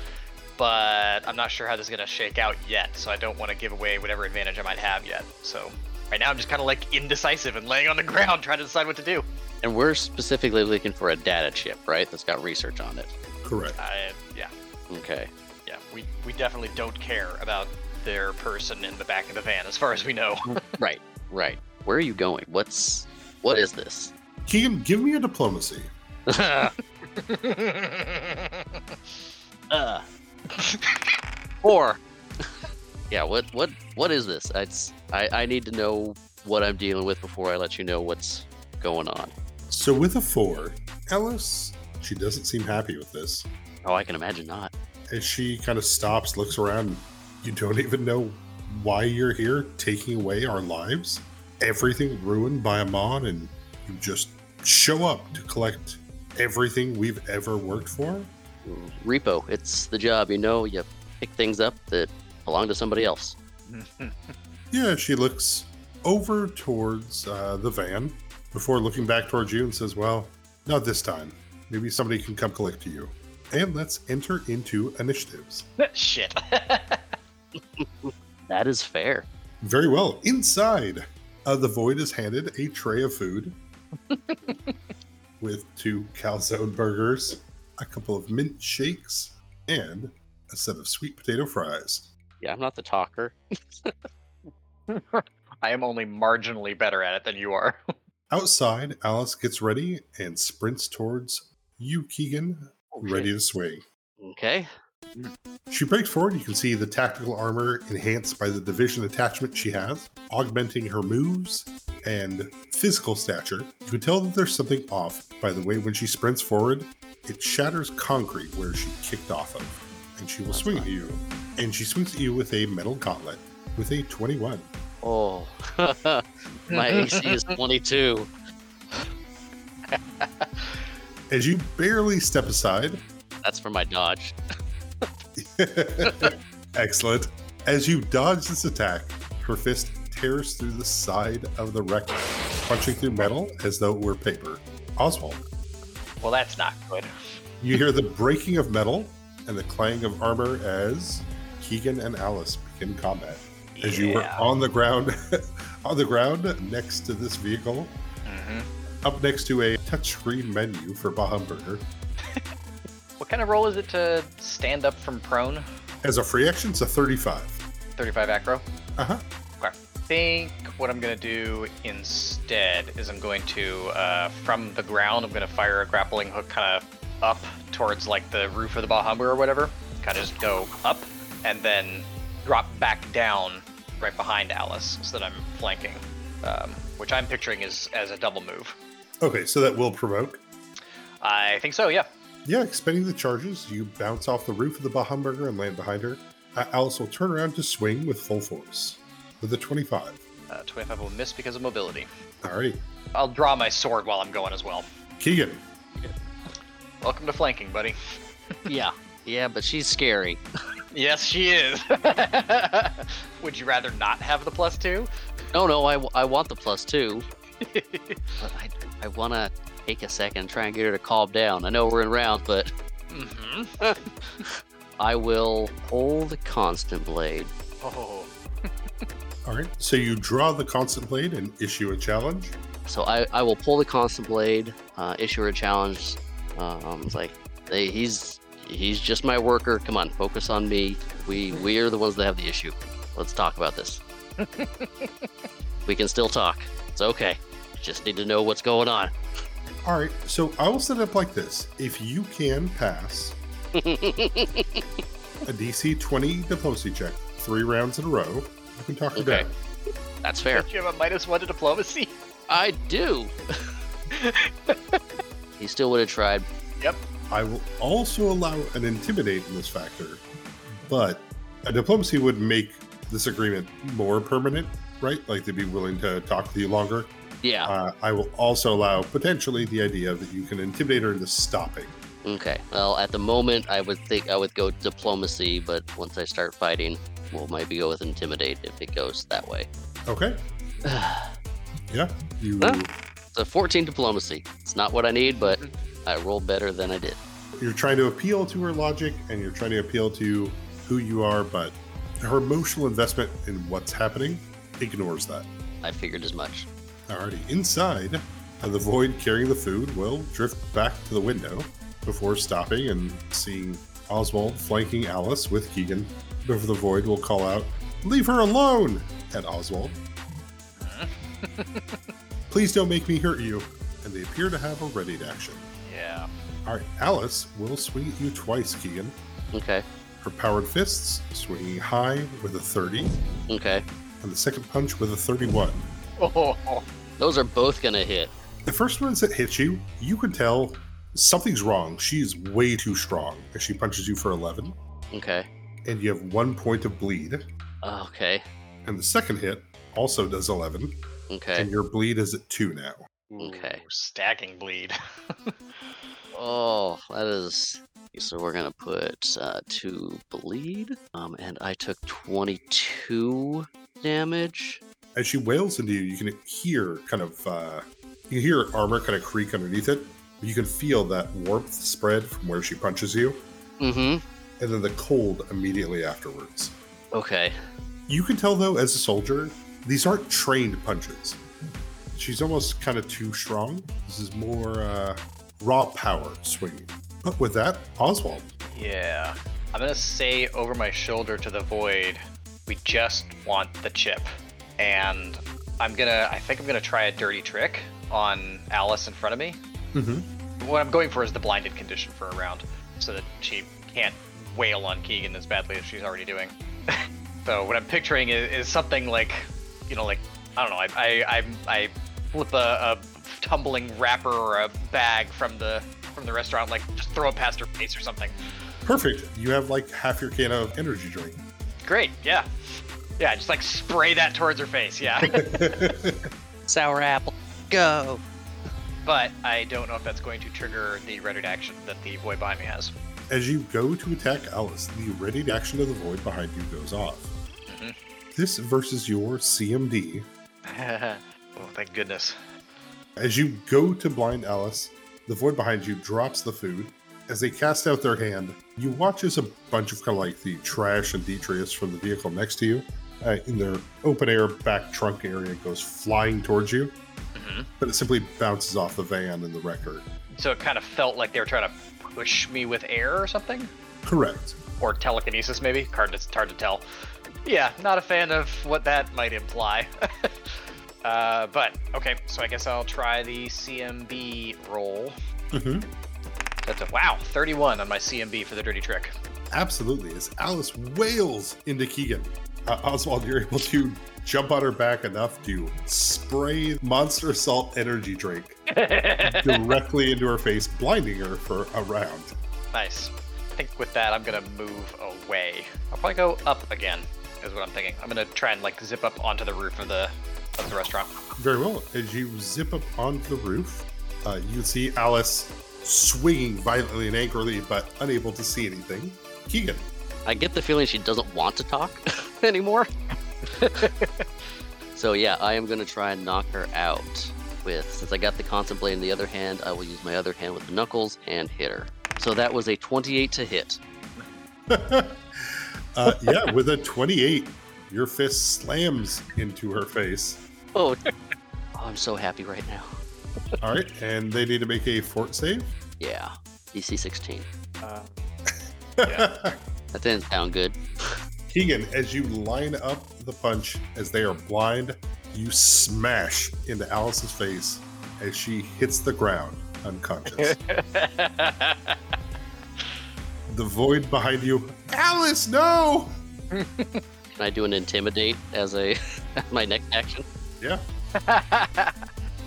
But I'm not sure how this is gonna shake out yet, so I don't want to give away whatever advantage I might have yet. So right now I'm just kind of like indecisive and laying on the ground trying to decide what to do.
And we're specifically looking for a data chip, right? That's got research on it.
Correct.
I, yeah,
Okay.
yeah, we we definitely don't care about their person in the back of the van, as far as we know.
Right. Right. Where are you going? What's what is this?
Keegan, give me your diplomacy.
uh. Or Yeah, what what what is this? It's I, I need to know what I'm dealing with before I let you know what's going on.
So, with a four, Alice, she doesn't seem happy with this.
Oh, I can imagine not.
As she kind of stops, looks around, you don't even know why you're here, taking away our lives. Everything ruined by Amon, and you just show up to collect everything we've ever worked for.
Repo, it's the job, you know, you pick things up that belong to somebody else.
Yeah, she looks over towards uh, the van before looking back towards you and says, Well, not this time. Maybe somebody can come collect you. And let's enter into initiatives.
Shit.
That is fair.
Very well. Inside, uh, the void is handed a tray of food with two calzone burgers, a couple of mint shakes, and a set of sweet potato fries.
Yeah, I'm not the talker.
I am only marginally better at it than you are.
Outside, Alice gets ready and sprints towards you, Keegan, ready to swing.
Okay.
She breaks forward. You can see the tactical armor enhanced by the division attachment she has, augmenting her moves and physical stature. You can tell that there's something off by the way when she sprints forward, it shatters concrete where she kicked off of, and she will swing at you. And she swings at you with a metal gauntlet with a 21.
Oh, my AC is 22.
As you barely step aside,
That's for my dodge.
Excellent. As you dodge this attack, her fist tears through the side of the wreck, punching through metal as though it were paper. Oswald,
Well, that's not good.
you hear the breaking of metal and the clang of armor as Keegan and Alice begin combat. As you were
Yeah.
on the ground, on the ground next to this vehicle,
Mhm.
up next to a touchscreen menu for Baham Burger,
What kind of roll is it to stand up from prone?
as a free action, it's a 35.
35 acro?
Uh huh.
think what I'm gonna do instead is I'm going to, uh, from the ground, I'm gonna fire a grappling hook kind of up towards like the roof of the Bahamba or whatever. Kind of just go up and then drop back down right behind Alice so that I'm flanking, um, which I'm picturing is as a double move.
Okay, so that will provoke.
I think so, yeah.
Yeah, expending the charges, you bounce off the roof of the Bahamburger and land behind her. Uh, Alice will turn around to swing with full force with a 25.
Uh, 25 will miss because of mobility.
Alrighty.
I'll draw my sword while I'm going as well.
Keegan,
Welcome to flanking, buddy.
yeah, yeah, but she's scary.
Yes, she is. Would you rather not have the plus two?
No, no, I, w- I want the plus two, but I, I want to take a second and try and get her to calm down. I know we're in rounds, but
hmm
I will hold constant blade.
Oh,
All right. So you draw the constant blade and issue a challenge.
So I, I will pull the constant blade, uh, issue her a challenge. Um, it's like hey, he's he's just my worker. Come on, focus on me. We we are the ones that have the issue. Let's talk about this. we can still talk. It's okay. Just need to know what's going on.
All right. So I will set it up like this: if you can pass a DC 20 diplomacy check three rounds in a row, you can talk her
Okay.
down.
That's fair.
you have a minus one to diplomacy?
I do. he still would have tried.
I will also allow an intimidate in this factor, but a diplomacy would make this agreement more permanent, right? Like they'd be willing to talk with you longer.
Yeah.
Uh, I will also allow potentially the idea that you can intimidate her into stopping.
Okay. Well, at the moment, I would think I would go diplomacy, but once I start fighting, we'll maybe go with intimidate if it goes that way.
Okay. Yeah. You.
Huh? So 14 diplomacy. It's not what I need, but I rolled better than I did.
you're trying to appeal to her logic and you're trying to appeal to who you are, but her emotional investment in what's happening ignores that.
I figured as much.
Alrighty, inside, uh, the void carrying the food will drift back to the window before stopping and seeing Oswald flanking Alice with Keegan. Over the void will call out, Leave her alone! at Oswald. Please don't make me hurt you. And they appear to have a readied action.
Yeah.
Alright, Alice will swing at you twice, Keegan.
Okay.
her powered fists, swinging high with a 30,
Okay.
and the second punch with a 31.
Oh,
Those are both going to hit.
The first ones that hit you, you can tell something's wrong. She's way too strong as she punches you for 11,
Okay.
and you have one point of bleed.
Okay.
And the second hit also does 11,
Okay.
and your bleed is at 2 now.
Okay.
Ooh, Stacking bleed.
Oh, that is. So we're going to put uh, two bleed. Um, and I took 22 damage.
As she wails into you, you can hear kind of, uh, you can hear her armor kind of creak underneath it. You can feel that warmth spread from where she punches you,
Mm hmm.
and then the cold immediately afterwards.
Okay.
You can tell though, as a soldier, these aren't trained punches. She's almost kind of too strong. This is more uh, raw power swinging. But with that, Oswald,
yeah. I'm gonna say over my shoulder to the void, we just want the chip. And I'm gonna, I think I'm gonna try a dirty trick on Alice in front of me. What I'm going for is the blinded condition for a round, so that she can't wail on Keegan as badly as she's already doing. so what I'm picturing is, is something like, you know, like I don't know, I I I, I flip a, a tumbling wrapper or a bag from the from the restaurant, like just throw it past her face or something.
perfect. You have like half your can of energy drink.
Great, yeah, yeah, just like spray that towards her face, yeah.
Sour apple. Go.
but I don't know if that's going to trigger the readied action that the boy behind me has.
As you go to attack Alice, the readied action of the void behind you goes off. This versus your CMD.
oh, thank goodness.
As you go to blind Alice, the void behind you drops the food. As they cast out their hand, you watch as a bunch of kind of like the trash and detritus from the vehicle next to you uh, in their open air back trunk area goes flying towards you,
hmm
but it simply bounces off the van and the wrecker.
So it kind of felt like they were trying to push me with air or something,
Correct.
or telekinesis maybe. Hard, it's hard to tell. Yeah, not a fan of what that might imply. uh, but okay, so I guess I'll try the CMB roll.
Mm-hmm.
That's a wow, 31 on my CMB for the dirty trick.
Absolutely. As Alice wails into Keegan, uh, Oswald, you're able to jump on her back enough to spray Monster Salt energy drink directly into her face, blinding her for a round.
Nice. I think with that, I'm gonna move away. I'll probably go up again, is what I'm thinking. I'm gonna try and like zip up onto the roof of the of the restaurant.
Very well. As you zip up onto the roof, uh, you see Alice swinging violently and angrily, but unable to see anything. Keegan,
I get the feeling she doesn't want to talk anymore. so yeah, I am gonna try and knock her out with since I got the contemplate in the other hand, I will use my other hand with the knuckles and hit her. So that was a 28 to hit.
uh, yeah, with a 28, your fist slams into her face.
Oh, oh I'm so happy right now.
All right, and they need to make a fort save.
Yeah, E DC 16.
Uh,
That didn't sound good.
Keegan, as you line up the punch as they are blind, you smash into Alice's face as she hits the ground unconscious. the void behind you. Alice, no!
Can I do an intimidate as a as my next action?
Yeah,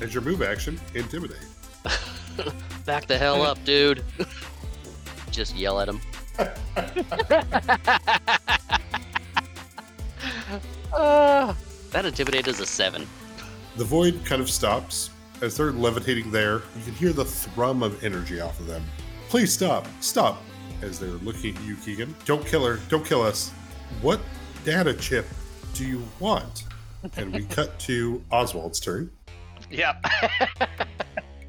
as your move action, intimidate.
Back the hell up, dude. Just yell at him. That intimidate is a seven.
The void kind of stops. As they're levitating there, you can hear the thrum of energy off of them. Please stop, stop, as they're looking at you, Keegan. Don't kill her, don't kill us. What data chip do you want? And we cut to Oswald's turn.
yep.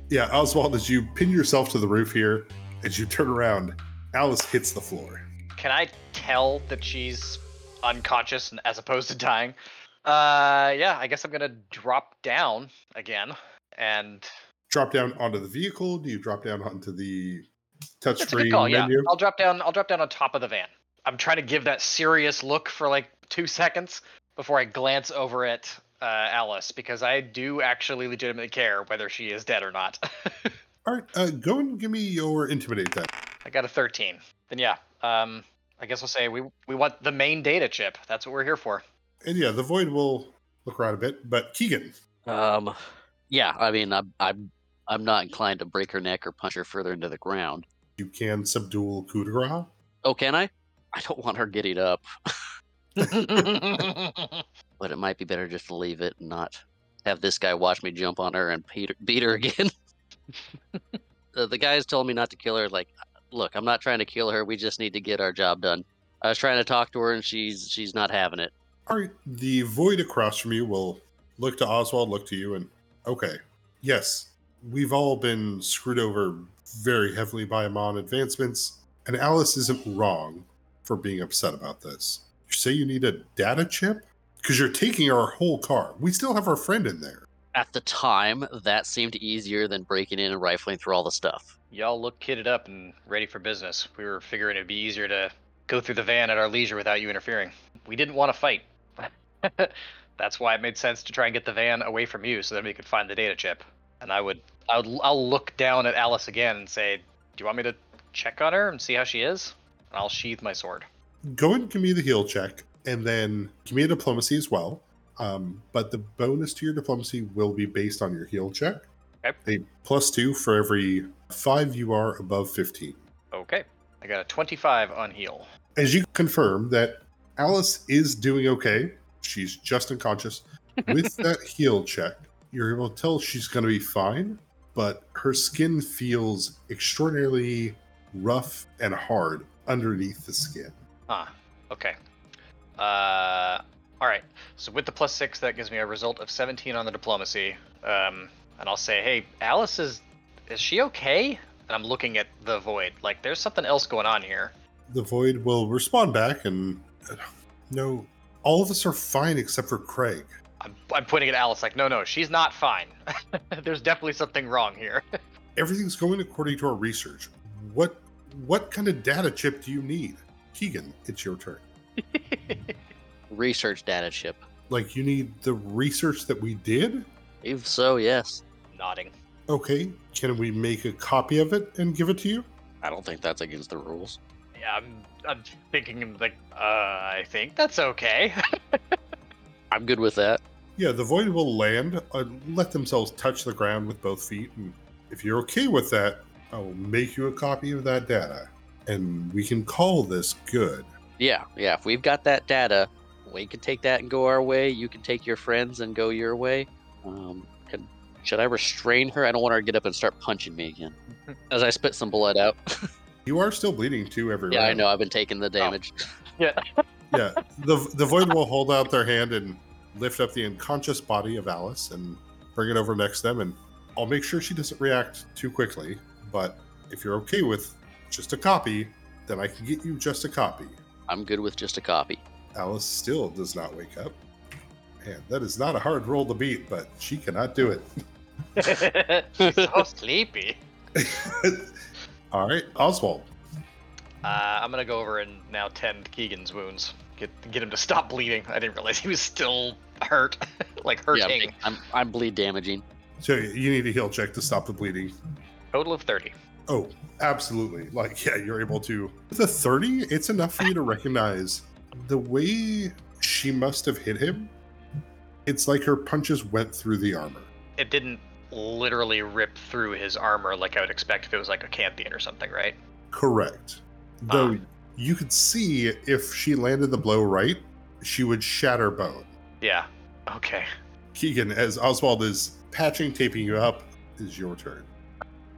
Yeah, Oswald, as you pin yourself to the roof here, as you turn around, Alice hits the floor.
Can I tell that she's unconscious and as opposed to dying? Uh, yeah, I guess I'm gonna drop down again and
Drop down onto the vehicle. Do you drop down onto the
That's a good
touchscreen
call. Yeah,
menu?
I'll drop down. I'll drop down on top of the van. I'm trying to give that serious look for like two seconds before I glance over at uh, Alice because I do actually legitimately care whether she is dead or not.
All right, uh, go and give me your intimidate then.
I got a 13. Then yeah, um, I guess we'll say we we want the main data chip. That's what we're here for.
And yeah, the void will look around a bit, but Keegan,
Um, yeah, I mean, I'm, I'm, I'm not inclined to break her neck or punch her further into the ground.
you can subdual coup de grace.
Oh, can I? I don't want her getting up, but it might be better just to leave it and not have this guy watch me jump on her and beat her, beat her again. the, the guys told me not to kill her. Like, look, I'm not trying to kill her. We just need to get our job done. I was trying to talk to her, and she's she's not having it.
All right, the void across from you will look to Oswald, look to you, and okay, yes, we've all been screwed over very heavily by Amon advancements, and Alice isn't wrong for being upset about this. You say you need a data chip? Because you're taking our whole car. We still have our friend in there.
At the time, that seemed easier than breaking in and rifling through all the stuff.
Y'all look kitted up and ready for business. We were figuring it'd be easier to go through the van at our leisure without you interfering. We didn't want to fight. That's why it made sense to try and get the van away from you so that we could find the data chip. And I would, I would I'll look down at Alice again and say, "Do you want me to check on her and see how she is?" And I'll sheathe my sword.
go and give me the heal check and then give me a diplomacy as well um, but the bonus to your diplomacy will be based on your heal check
Okay.
a plus two for every five you are above 15
Okay. I got a 25 on heal.
as you confirm that alice is doing okay she's just unconscious with that heal check you're able to tell she's going to be fine but her skin feels extraordinarily rough and hard underneath the skin
Huh. Okay. Uh, All right. So with the plus six, that gives me a result of 17 on the diplomacy. Um, and I'll say, hey, Alice is is she okay? And I'm looking at the void. Like, there's something else going on here.
The void will respond back and no, all of us are fine except for Craig.
I'm, I'm pointing at Alice, like, no, no, she's not fine. there's definitely something wrong here.
Everything's going according to our research. What what kind of data chip do you need? Keegan, it's your turn.
Research data chip.
Like you need the research that we did?
If so, yes.
Nodding.
Okay, can we make a copy of it and give it to you?
I don't think that's against the rules.
Yeah, I'm, I'm thinking, like, uh, I think that's okay.
I'm good with that.
Yeah, the void will land, uh, let themselves touch the ground with both feet, and if you're okay with that, I will make you a copy of that data, and we can call this good.
Yeah, yeah. If we've got that data, we can take that and go our way. You can take your friends and go your way. Um, and should I restrain her? I don't want her to get up and start punching me again. As I spit some blood out.
You are still bleeding too, every
yeah, I
round.
know. I've been taking the damage.
yeah, the the void will hold out their hand and lift up the unconscious body of Alice and bring it over next to them. And I'll make sure she doesn't react too quickly. But if you're okay with just a copy, then I can get you just a copy.
I'm good with just a copy.
Alice still does not wake up. Man, that is not a hard roll to beat, but she cannot do it.
She's so sleepy.
All right, Oswald.
Uh, I'm gonna go over and now tend Keegan's wounds. Get get him to stop bleeding. I didn't realize he was still hurt, like
Yeah, I'm,
hurting.
taking- I'm, I'm bleed damaging.
So you need a heal check to stop the bleeding.
Total of 30.
Oh, absolutely. Like, yeah, you're able to. With a 30, it's enough for you to recognize the way she must have hit him. It's like her punches went through the armor.
It didn't literally rip through his armor like I would expect if it was like a canteen or something, right?
Correct. Though
Ah.
you could see if she landed the blow right, she would shatter bone.
Yeah. Okay.
Keegan, as Oswald is patching, taping you up, is your turn.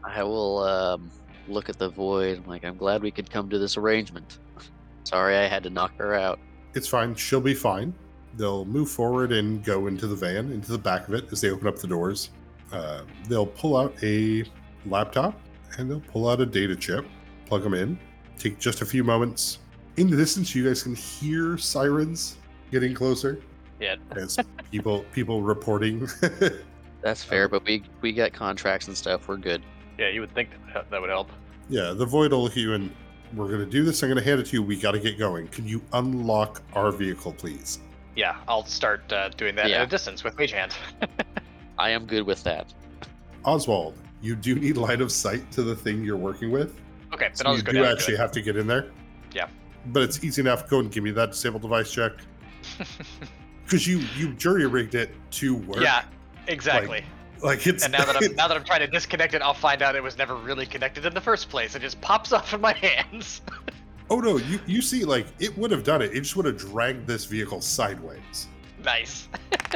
I will um, look at the void. I'm like, I'm glad we could come to this arrangement. Sorry I had to knock her out.
It's fine. She'll be fine. They'll move forward and go into the van, into the back of it as they open up the doors. Uh, they'll pull out a laptop and they'll pull out a data chip, plug them in, take just a few moments. In the distance, you guys can hear sirens getting closer.
Yeah.
As people people reporting.
That's fair, but we we got contracts and stuff. We're good.
Yeah, you would think that, that would help.
yeah, the void will hear and we're gonna do this. I'm gonna hand it to you. We gotta get going. Can you unlock our vehicle, please?
Yeah, I'll start uh, doing that
Yeah.
at a distance with Mage Hand.
I am good with that.
Oswald, you do need line of sight to the thing you're working with.
okay, then
So
I'll
you
just go
do
down. and do
actually have to get in there.
Yeah.
But it's easy enough. Go and give me that disable device check.
it.
Because you you jury rigged it to work.
yeah, exactly.
Like it's
and now that I'm now that I'm trying to disconnect it, I'll find out it was never really connected in the first place. It just pops off in my hands.
Oh no, you, you see, like it would have done it. It just would have dragged this vehicle sideways.
nice.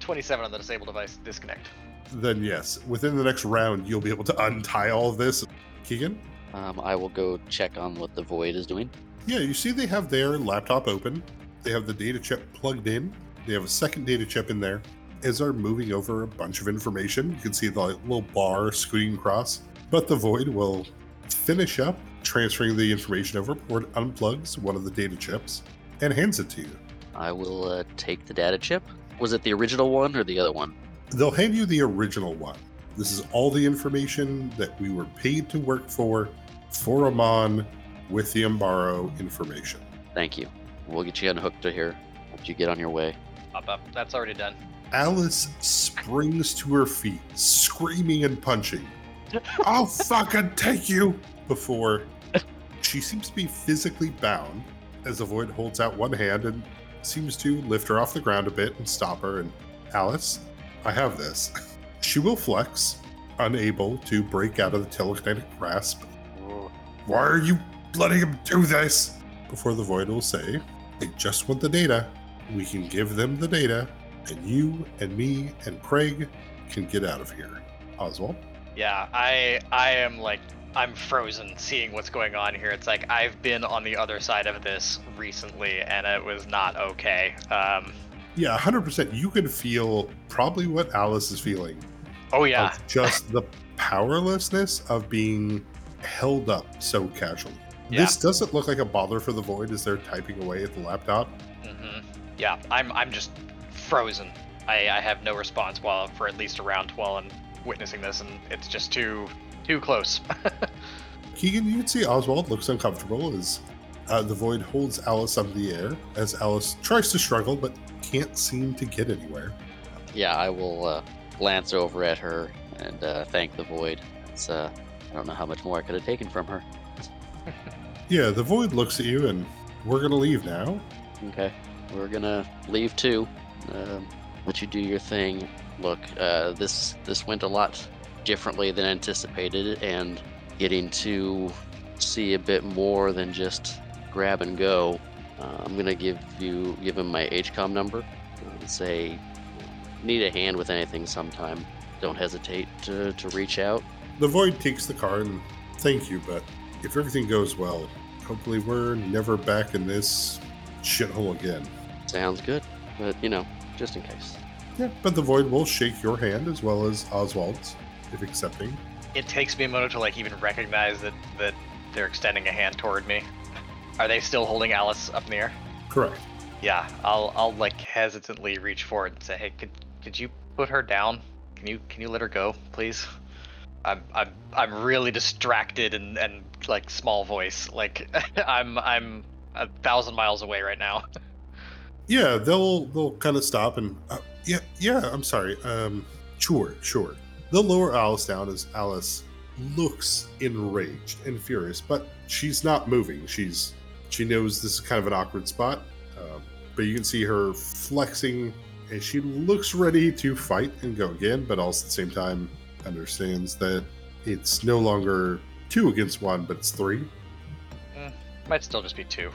27 on the disabled device. Disconnect.
Then yes, within the next round you'll be able to untie all of this. Keegan?
Um, I will go check on what the void is doing.
Yeah, you see they have their laptop open. They have the data chip plugged in. They have a second data chip in there. As they're moving over a bunch of information, you can see the like, little bar scooting across. But the void will finish up transferring the information over before it unplugs one of the data chips and hands it to you.
I will uh, take the data chip. Was it the original one or the other one?
They'll hand you the original one. This is all the information that we were paid to work for for Amon with the Ambaro information.
Thank you. We'll get you unhooked to here. Once you get on your way.
Pop up. That's already done.
Alice springs to her feet, screaming and punching. I'll fucking take you! Before she seems to be physically bound, as the void holds out one hand and seems to lift her off the ground a bit and stop her. And Alice, I have this. She will flex, unable to break out of the telekinetic grasp. Why are you letting him do this? Before the void will say, They just want the data. We can give them the data and you and me and Craig can get out of here. Oswald,
Yeah, I I am like I'm frozen seeing what's going on here. It's like I've been on the other side of this recently, and it was not okay. Um,
Yeah, 100%. You can feel probably what Alice is feeling.
oh yeah,
of just the powerlessness of being held up so casually.
Yeah.
This doesn't look like a bother for the void as they're typing away at the laptop.
hmm yeah. I'm I'm just frozen. I, I have no response while for at least a round while I'm witnessing this, and it's just too too close.
Keegan, you can see Oswald looks uncomfortable as uh, the void holds Alice up in the air as Alice tries to struggle but can't seem to get anywhere.
Yeah, I will uh, glance over at her and uh, thank the void. It's, uh, I don't know how much more I could have taken from her.
Yeah, the void looks at you and we're going to leave now.
Okay, we're gonna leave too. Um, let you do your thing. Look, uh, this this went a lot differently than anticipated, and getting to see a bit more than just grab and go. Uh, I'm gonna give you give him my HCOM number and say, need a hand with anything sometime. Don't hesitate to, to reach out.
The void takes the car and thank you, but if everything goes well, hopefully we're never back in this shithole again.
Sounds good, but you know, just in case.
Yeah, but the void will shake your hand as well as Oswald's, if accepting.
it takes me a moment to like even recognize that that they're extending a hand toward me. Are they still holding Alice up in the air?
Correct.
Yeah, I'll I'll like hesitantly reach forward and say, "Hey, could could you put her down? Can you can you let her go, please?" I'm I'm I'm really distracted and and like small voice. Like I'm I'm a thousand miles away right now.
Yeah, they'll they'll kind of stop and uh, yeah yeah. I'm sorry. Um, sure sure. They'll lower Alice down as Alice looks enraged and furious, but she's not moving. She's she knows this is kind of an awkward spot, um, but you can see her flexing and she looks ready to fight and go again, but also at the same time understands that it's no longer two against one, but it's three.
Might still just be two.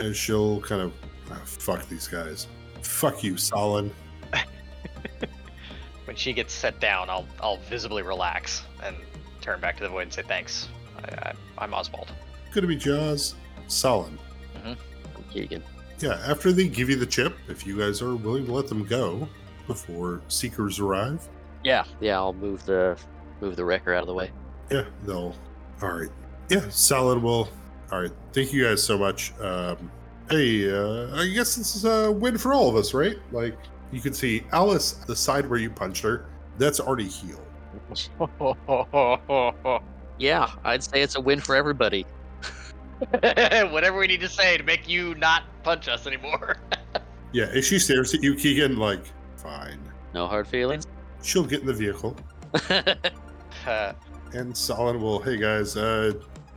and she'll kind of "Ah, fuck these guys. Fuck you, Solon.
When she gets set down, I'll I'll visibly relax and turn back to the void and say thanks. I, I, I'm Oswald.
Gonna be Jaws, Solon.
Keegan.
Yeah, after they give you the chip, if you guys are willing to let them go before seekers arrive,
Yeah, yeah, I'll move the move the wrecker out of the way.
yeah, they'll. All right. Yeah, Solon will. All right. Thank you guys so much. Um, hey, uh, I guess this is a win for all of us, right? Like, you can see Alice, the side where you punched her, that's already healed.
Yeah, I'd say it's a win for everybody.
Whatever we need to say to make you not punch us anymore.
Yeah, if she stares at you, Keegan, like, fine.
No hard feelings.
She'll get in the vehicle.
Uh,
And Solid will, hey guys, uh,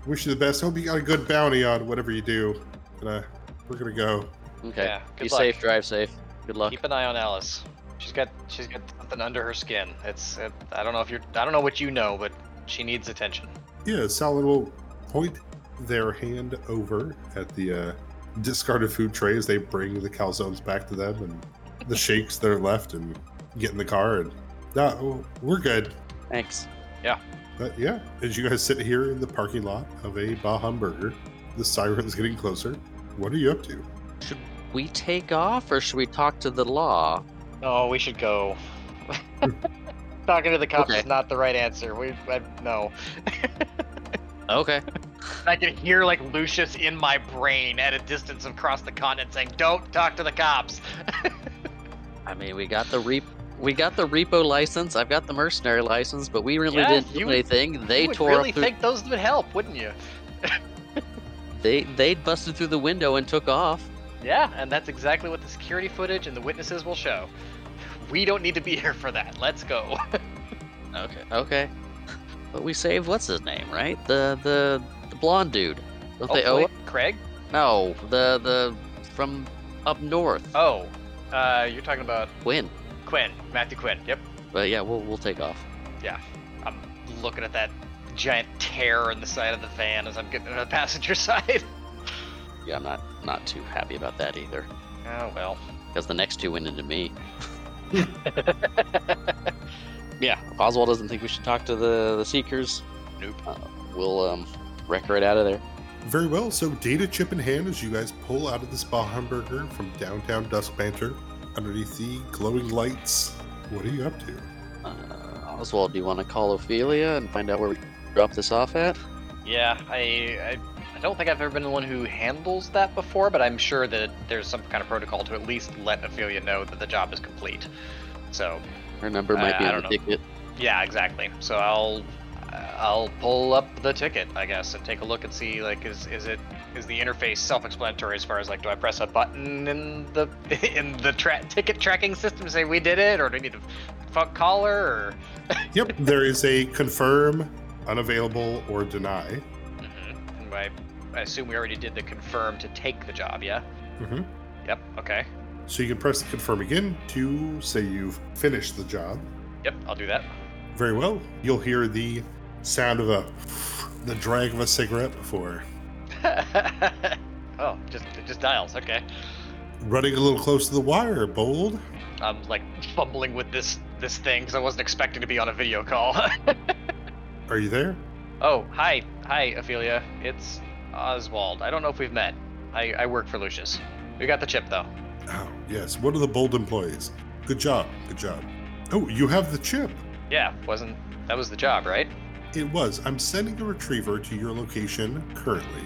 wish you the best. Hope you got a good bounty on whatever you do. And uh, we're gonna go.
Okay.
Yeah, good
Be
luck.
safe, drive safe. Good luck.
Keep an eye on Alice. She's got she's got something under her skin. It's it, I don't know if you're I don't know what you know, but she needs attention.
Yeah, Solid will point their hand over at the uh, discarded food tray as they bring the calzones back to them and the shakes that are left and get in the car and no, we're good.
Thanks.
But yeah, as you guys sit here in the parking lot of a Bah Hamburger, the siren's getting closer. What are you up to?
Should we take off or should we talk to the law?
No, we should go. Talking to the cops
Okay.
is not the right answer. We I, no.
Okay.
I can hear like Lucius in my brain at a distance across the continent saying, "Don't talk to the cops."
I mean, we got the re we got the repo license. I've got the mercenary license, but we really
Yes,
didn't do
you-
anything. They
you would
tore
really
up. Through,
think those would help, wouldn't you?
They they busted through the window and took off.
Yeah, and that's exactly what the security footage and the witnesses will show. We don't need to be here for that. Let's go.
Okay. Okay. But we saved what's his name, right? The the the blonde dude. Don't they owe?
Hopefully- Craig?
No, the the from up north.
Oh, uh, you're talking about
Quinn.
Quinn, Matthew Quinn. Yep.
But yeah, we'll we'll take off.
I'm looking at that giant tear in the side of the van as I'm getting to the passenger side.
Yeah, I'm not not too happy about that either.
Oh well.
Because the next two went into me. yeah, if Oswald doesn't think we should talk to the, the Seekers,
Nope.
we'll um, wreck right out of there.
Very well. So, data chip in hand as you guys pull out of the spa hamburger from downtown Dusk Banter underneath the glowing lights. What are you up to?
Uh, Oswald, do you want to call Ophelia and find out where we drop this off at?
Yeah, I, I I don't think I've ever been the one who handles that before, but I'm sure that there's some kind of protocol to at least let Ophelia know that the job is complete. So
Her number might
Uh,
be
I
on the
don't know.
ticket.
yeah, exactly. So I'll I'll pull up the ticket, I guess, and take a look and see like is is it is the interface self-explanatory as far as like do I press a button in the in the tra- ticket tracking system to say we did it, or do I need to fuck caller? Or
Yep, there is a confirm, unavailable, or deny.
Mhm. And I, I assume we already did the confirm to take the job. Yeah.
Mhm.
Yep. Okay.
So you can press the confirm again to say you've finished the job.
Yep. I'll do that.
Very well. You'll hear the sound of a the drag of a cigarette before
oh, just it just dials. Okay.
running a little close to the wire. Bold.
I'm like fumbling with this this thing because I wasn't expecting to be on a video call.
Are you there?
oh, hi, hi, Ophelia. It's Oswald. I don't know if we've met. I I work for Lucius. We got the chip though.
Oh yes, one of the bold employees. Good job. Good job. Oh, you have the chip.
Yeah, wasn't that was the job, right?
It was. I'm sending a retriever to your location currently.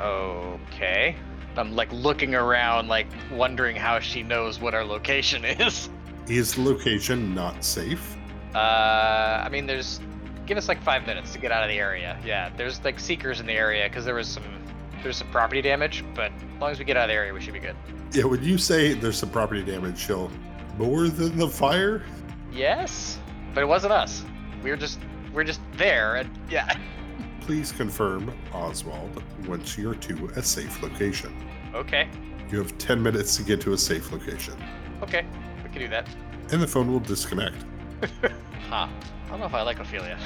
Okay. I'm like looking around, like wondering how she knows what our location is.
Is the location not safe?
Uh, I mean, there's. Give us like five minutes to get out of the area. Yeah, there's like seekers in the area because there was some there's some property damage, but as long as we get out of the area, we should be good.
Yeah, when you say there's some property damage, she'll more than the fire?
Yes, but it wasn't us. We were just we're just there, and yeah.
Please confirm, Oswald, once you're to a safe location.
Okay,
You have 10 minutes to get to a safe location,
okay, we can do that.
and the phone will disconnect.
Huh? I don't know if I like Ophelia.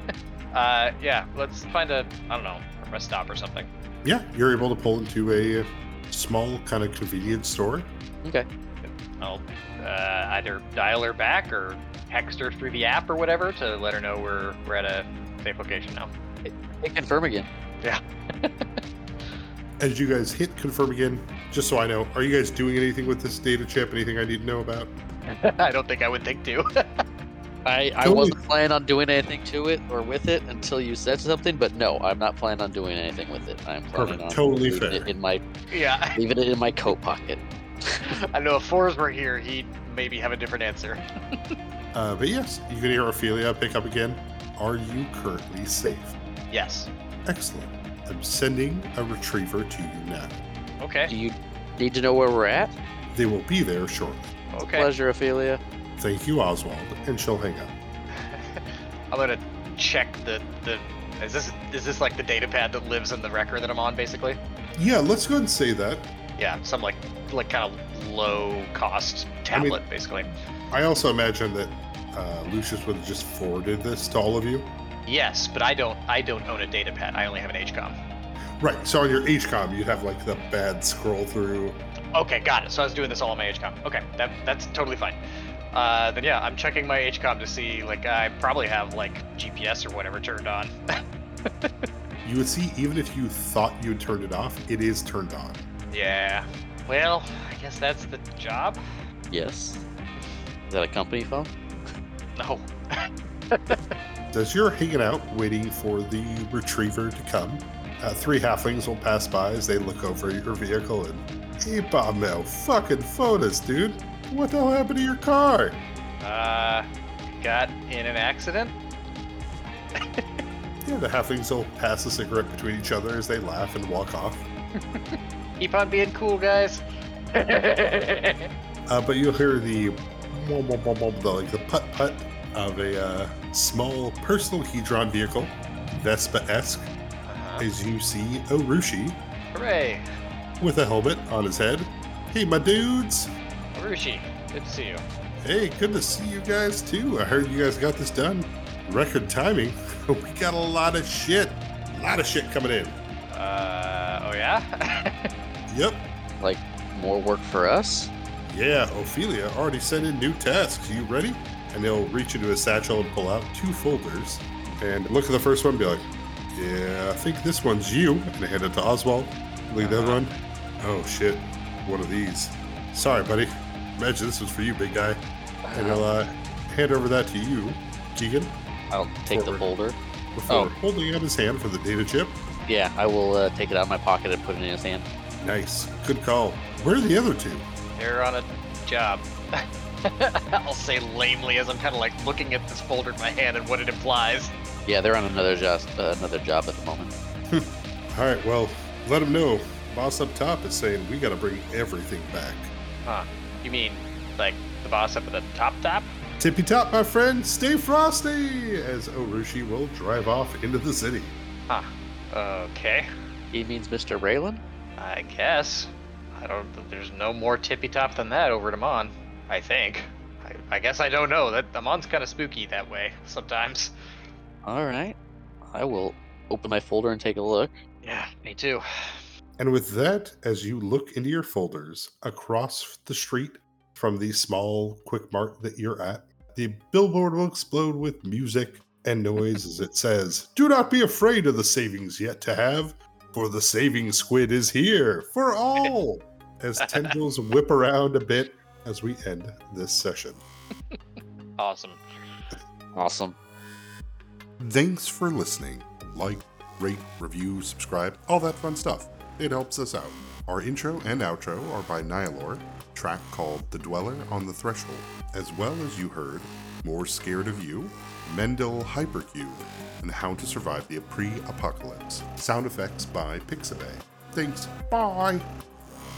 uh, yeah. Let's find a I don't know a rest stop or something.
Yeah, you're able to pull into a small, kind of convenience store.
I'll uh, either dial her back or text her through the app or whatever to let her know we're we're at a safe location now.
Hey, confirm again.
As you guys hit confirm again, just so I know, are you guys doing anything with this data chip? Anything I need to know about?
I don't think I would think to.
I, I
Totally.
wasn't planning on doing anything to it or with it until you said something, but no, I'm not planning on doing anything with it. I'm planning
Perfect.
on
Totally
leaving it
fair.
in my
yeah,
leaving it in my coat pocket.
I know if Fours were here, he'd maybe have a different answer.
Uh, but yes, you can hear Ophelia pick up again. Are you currently safe?
Yes.
Excellent. I'm sending a retriever to you now.
Do
Okay.
you need to know where we're at?
They will be there shortly.
Okay.
Pleasure, Ophelia.
Thank you, Oswald, and she'll hang up.
I'm gonna check the the. Is this is this like the data pad that lives in the wrecker that I'm on, basically?
Yeah, let's go ahead and say that.
Yeah, some like like kind of low cost
I mean-
tablet, basically.
I also imagine that uh, Lucius would have just forwarded this to all of you.
Yes, but I don't I don't own a data pad. I only have an HCOM.
Right, so on your HCOM, you have like the bad scroll through.
Okay, got it. So I was doing this all on my HCOM. Okay, that that's totally fine. Uh, then yeah, I'm checking my HCOM to see like I probably have like GPS or whatever turned on.
You would see, even if you thought you had turned it off, it is turned on.
yeah. Well, I guess that's the job.
Yes. Is that a company phone?
No.
As you're hanging out waiting for the retriever to come, uh, three halflings will pass by as they look over at your vehicle and, hey, Bob Mel, fucking phone us, dude. What the hell happened to your car?
Uh, got in an accident.
Yeah, the halflings will pass a cigarette between each other as they laugh and walk off.
Keep on being cool, guys.
Uh, but you'll hear the, womp, womp, womp, womp, the like the putt putt of a uh, small personal hedron vehicle, Vespa esque,
Uh-huh.
as you see Orushi
Hooray,
with a helmet on his head. Hey, my dudes!
Arushi. Good to see you.
Hey, good to see you guys too. I heard you guys got this done. Record timing. we got a lot of shit. A lot of shit coming in.
Uh, oh yeah.
Yep.
More work for us?
Yeah, Ophelia already sent in new tasks. You ready? and he'll reach into his satchel and pull out two folders and look at the first one and be like, Yeah, I think this one's you. And hand it to Oswald. Look at the other one. Oh, shit. One of these. Sorry, buddy. Imagine this was for you, big guy. And he'll uh, hand over that to you, Keegan,
I'll take the
forward.
folder.
before
Oh.
holding out his hand for the data chip.
Yeah, I will uh, take it out of my pocket and put it in his hand.
Nice. Good call. Where are the other two?
They're on a job. I'll say lamely as I'm kind of like looking at this folder in my hand and what it implies.
Yeah, they're on another job, uh, another job at the moment.
All right, well, let him know. Boss up top is saying we got to bring everything back.
You mean like the boss up at the top top?
Tippy top, my friend, stay frosty! As Orushi will drive off into the city.
Okay,
He means Mr. Raylan.
I guess. I don't. There's no more tippy top than that over to Mon. I think. I, I guess I don't know. That the Mon's kind of spooky that way sometimes.
All right, I will open my folder and take a look.
Yeah, me too.
And with that, as you look into your folders across the street from the small quick mart that you're at, the billboard will explode with music and noise as it says, Do not be afraid of the savings yet to have, for the saving squid is here for all. As tendrils whip around a bit as we end this session.
Awesome.
Awesome.
Thanks for listening. Like, rate, review, subscribe, all that fun stuff. It helps us out. Our intro and outro are by Nihilor, track called The Dweller on the Threshold, as well as you heard More Scared of You, Mendel Hypercube, and How to Survive the Pre Apocalypse. Sound effects by Pixabay. Thanks. Bye.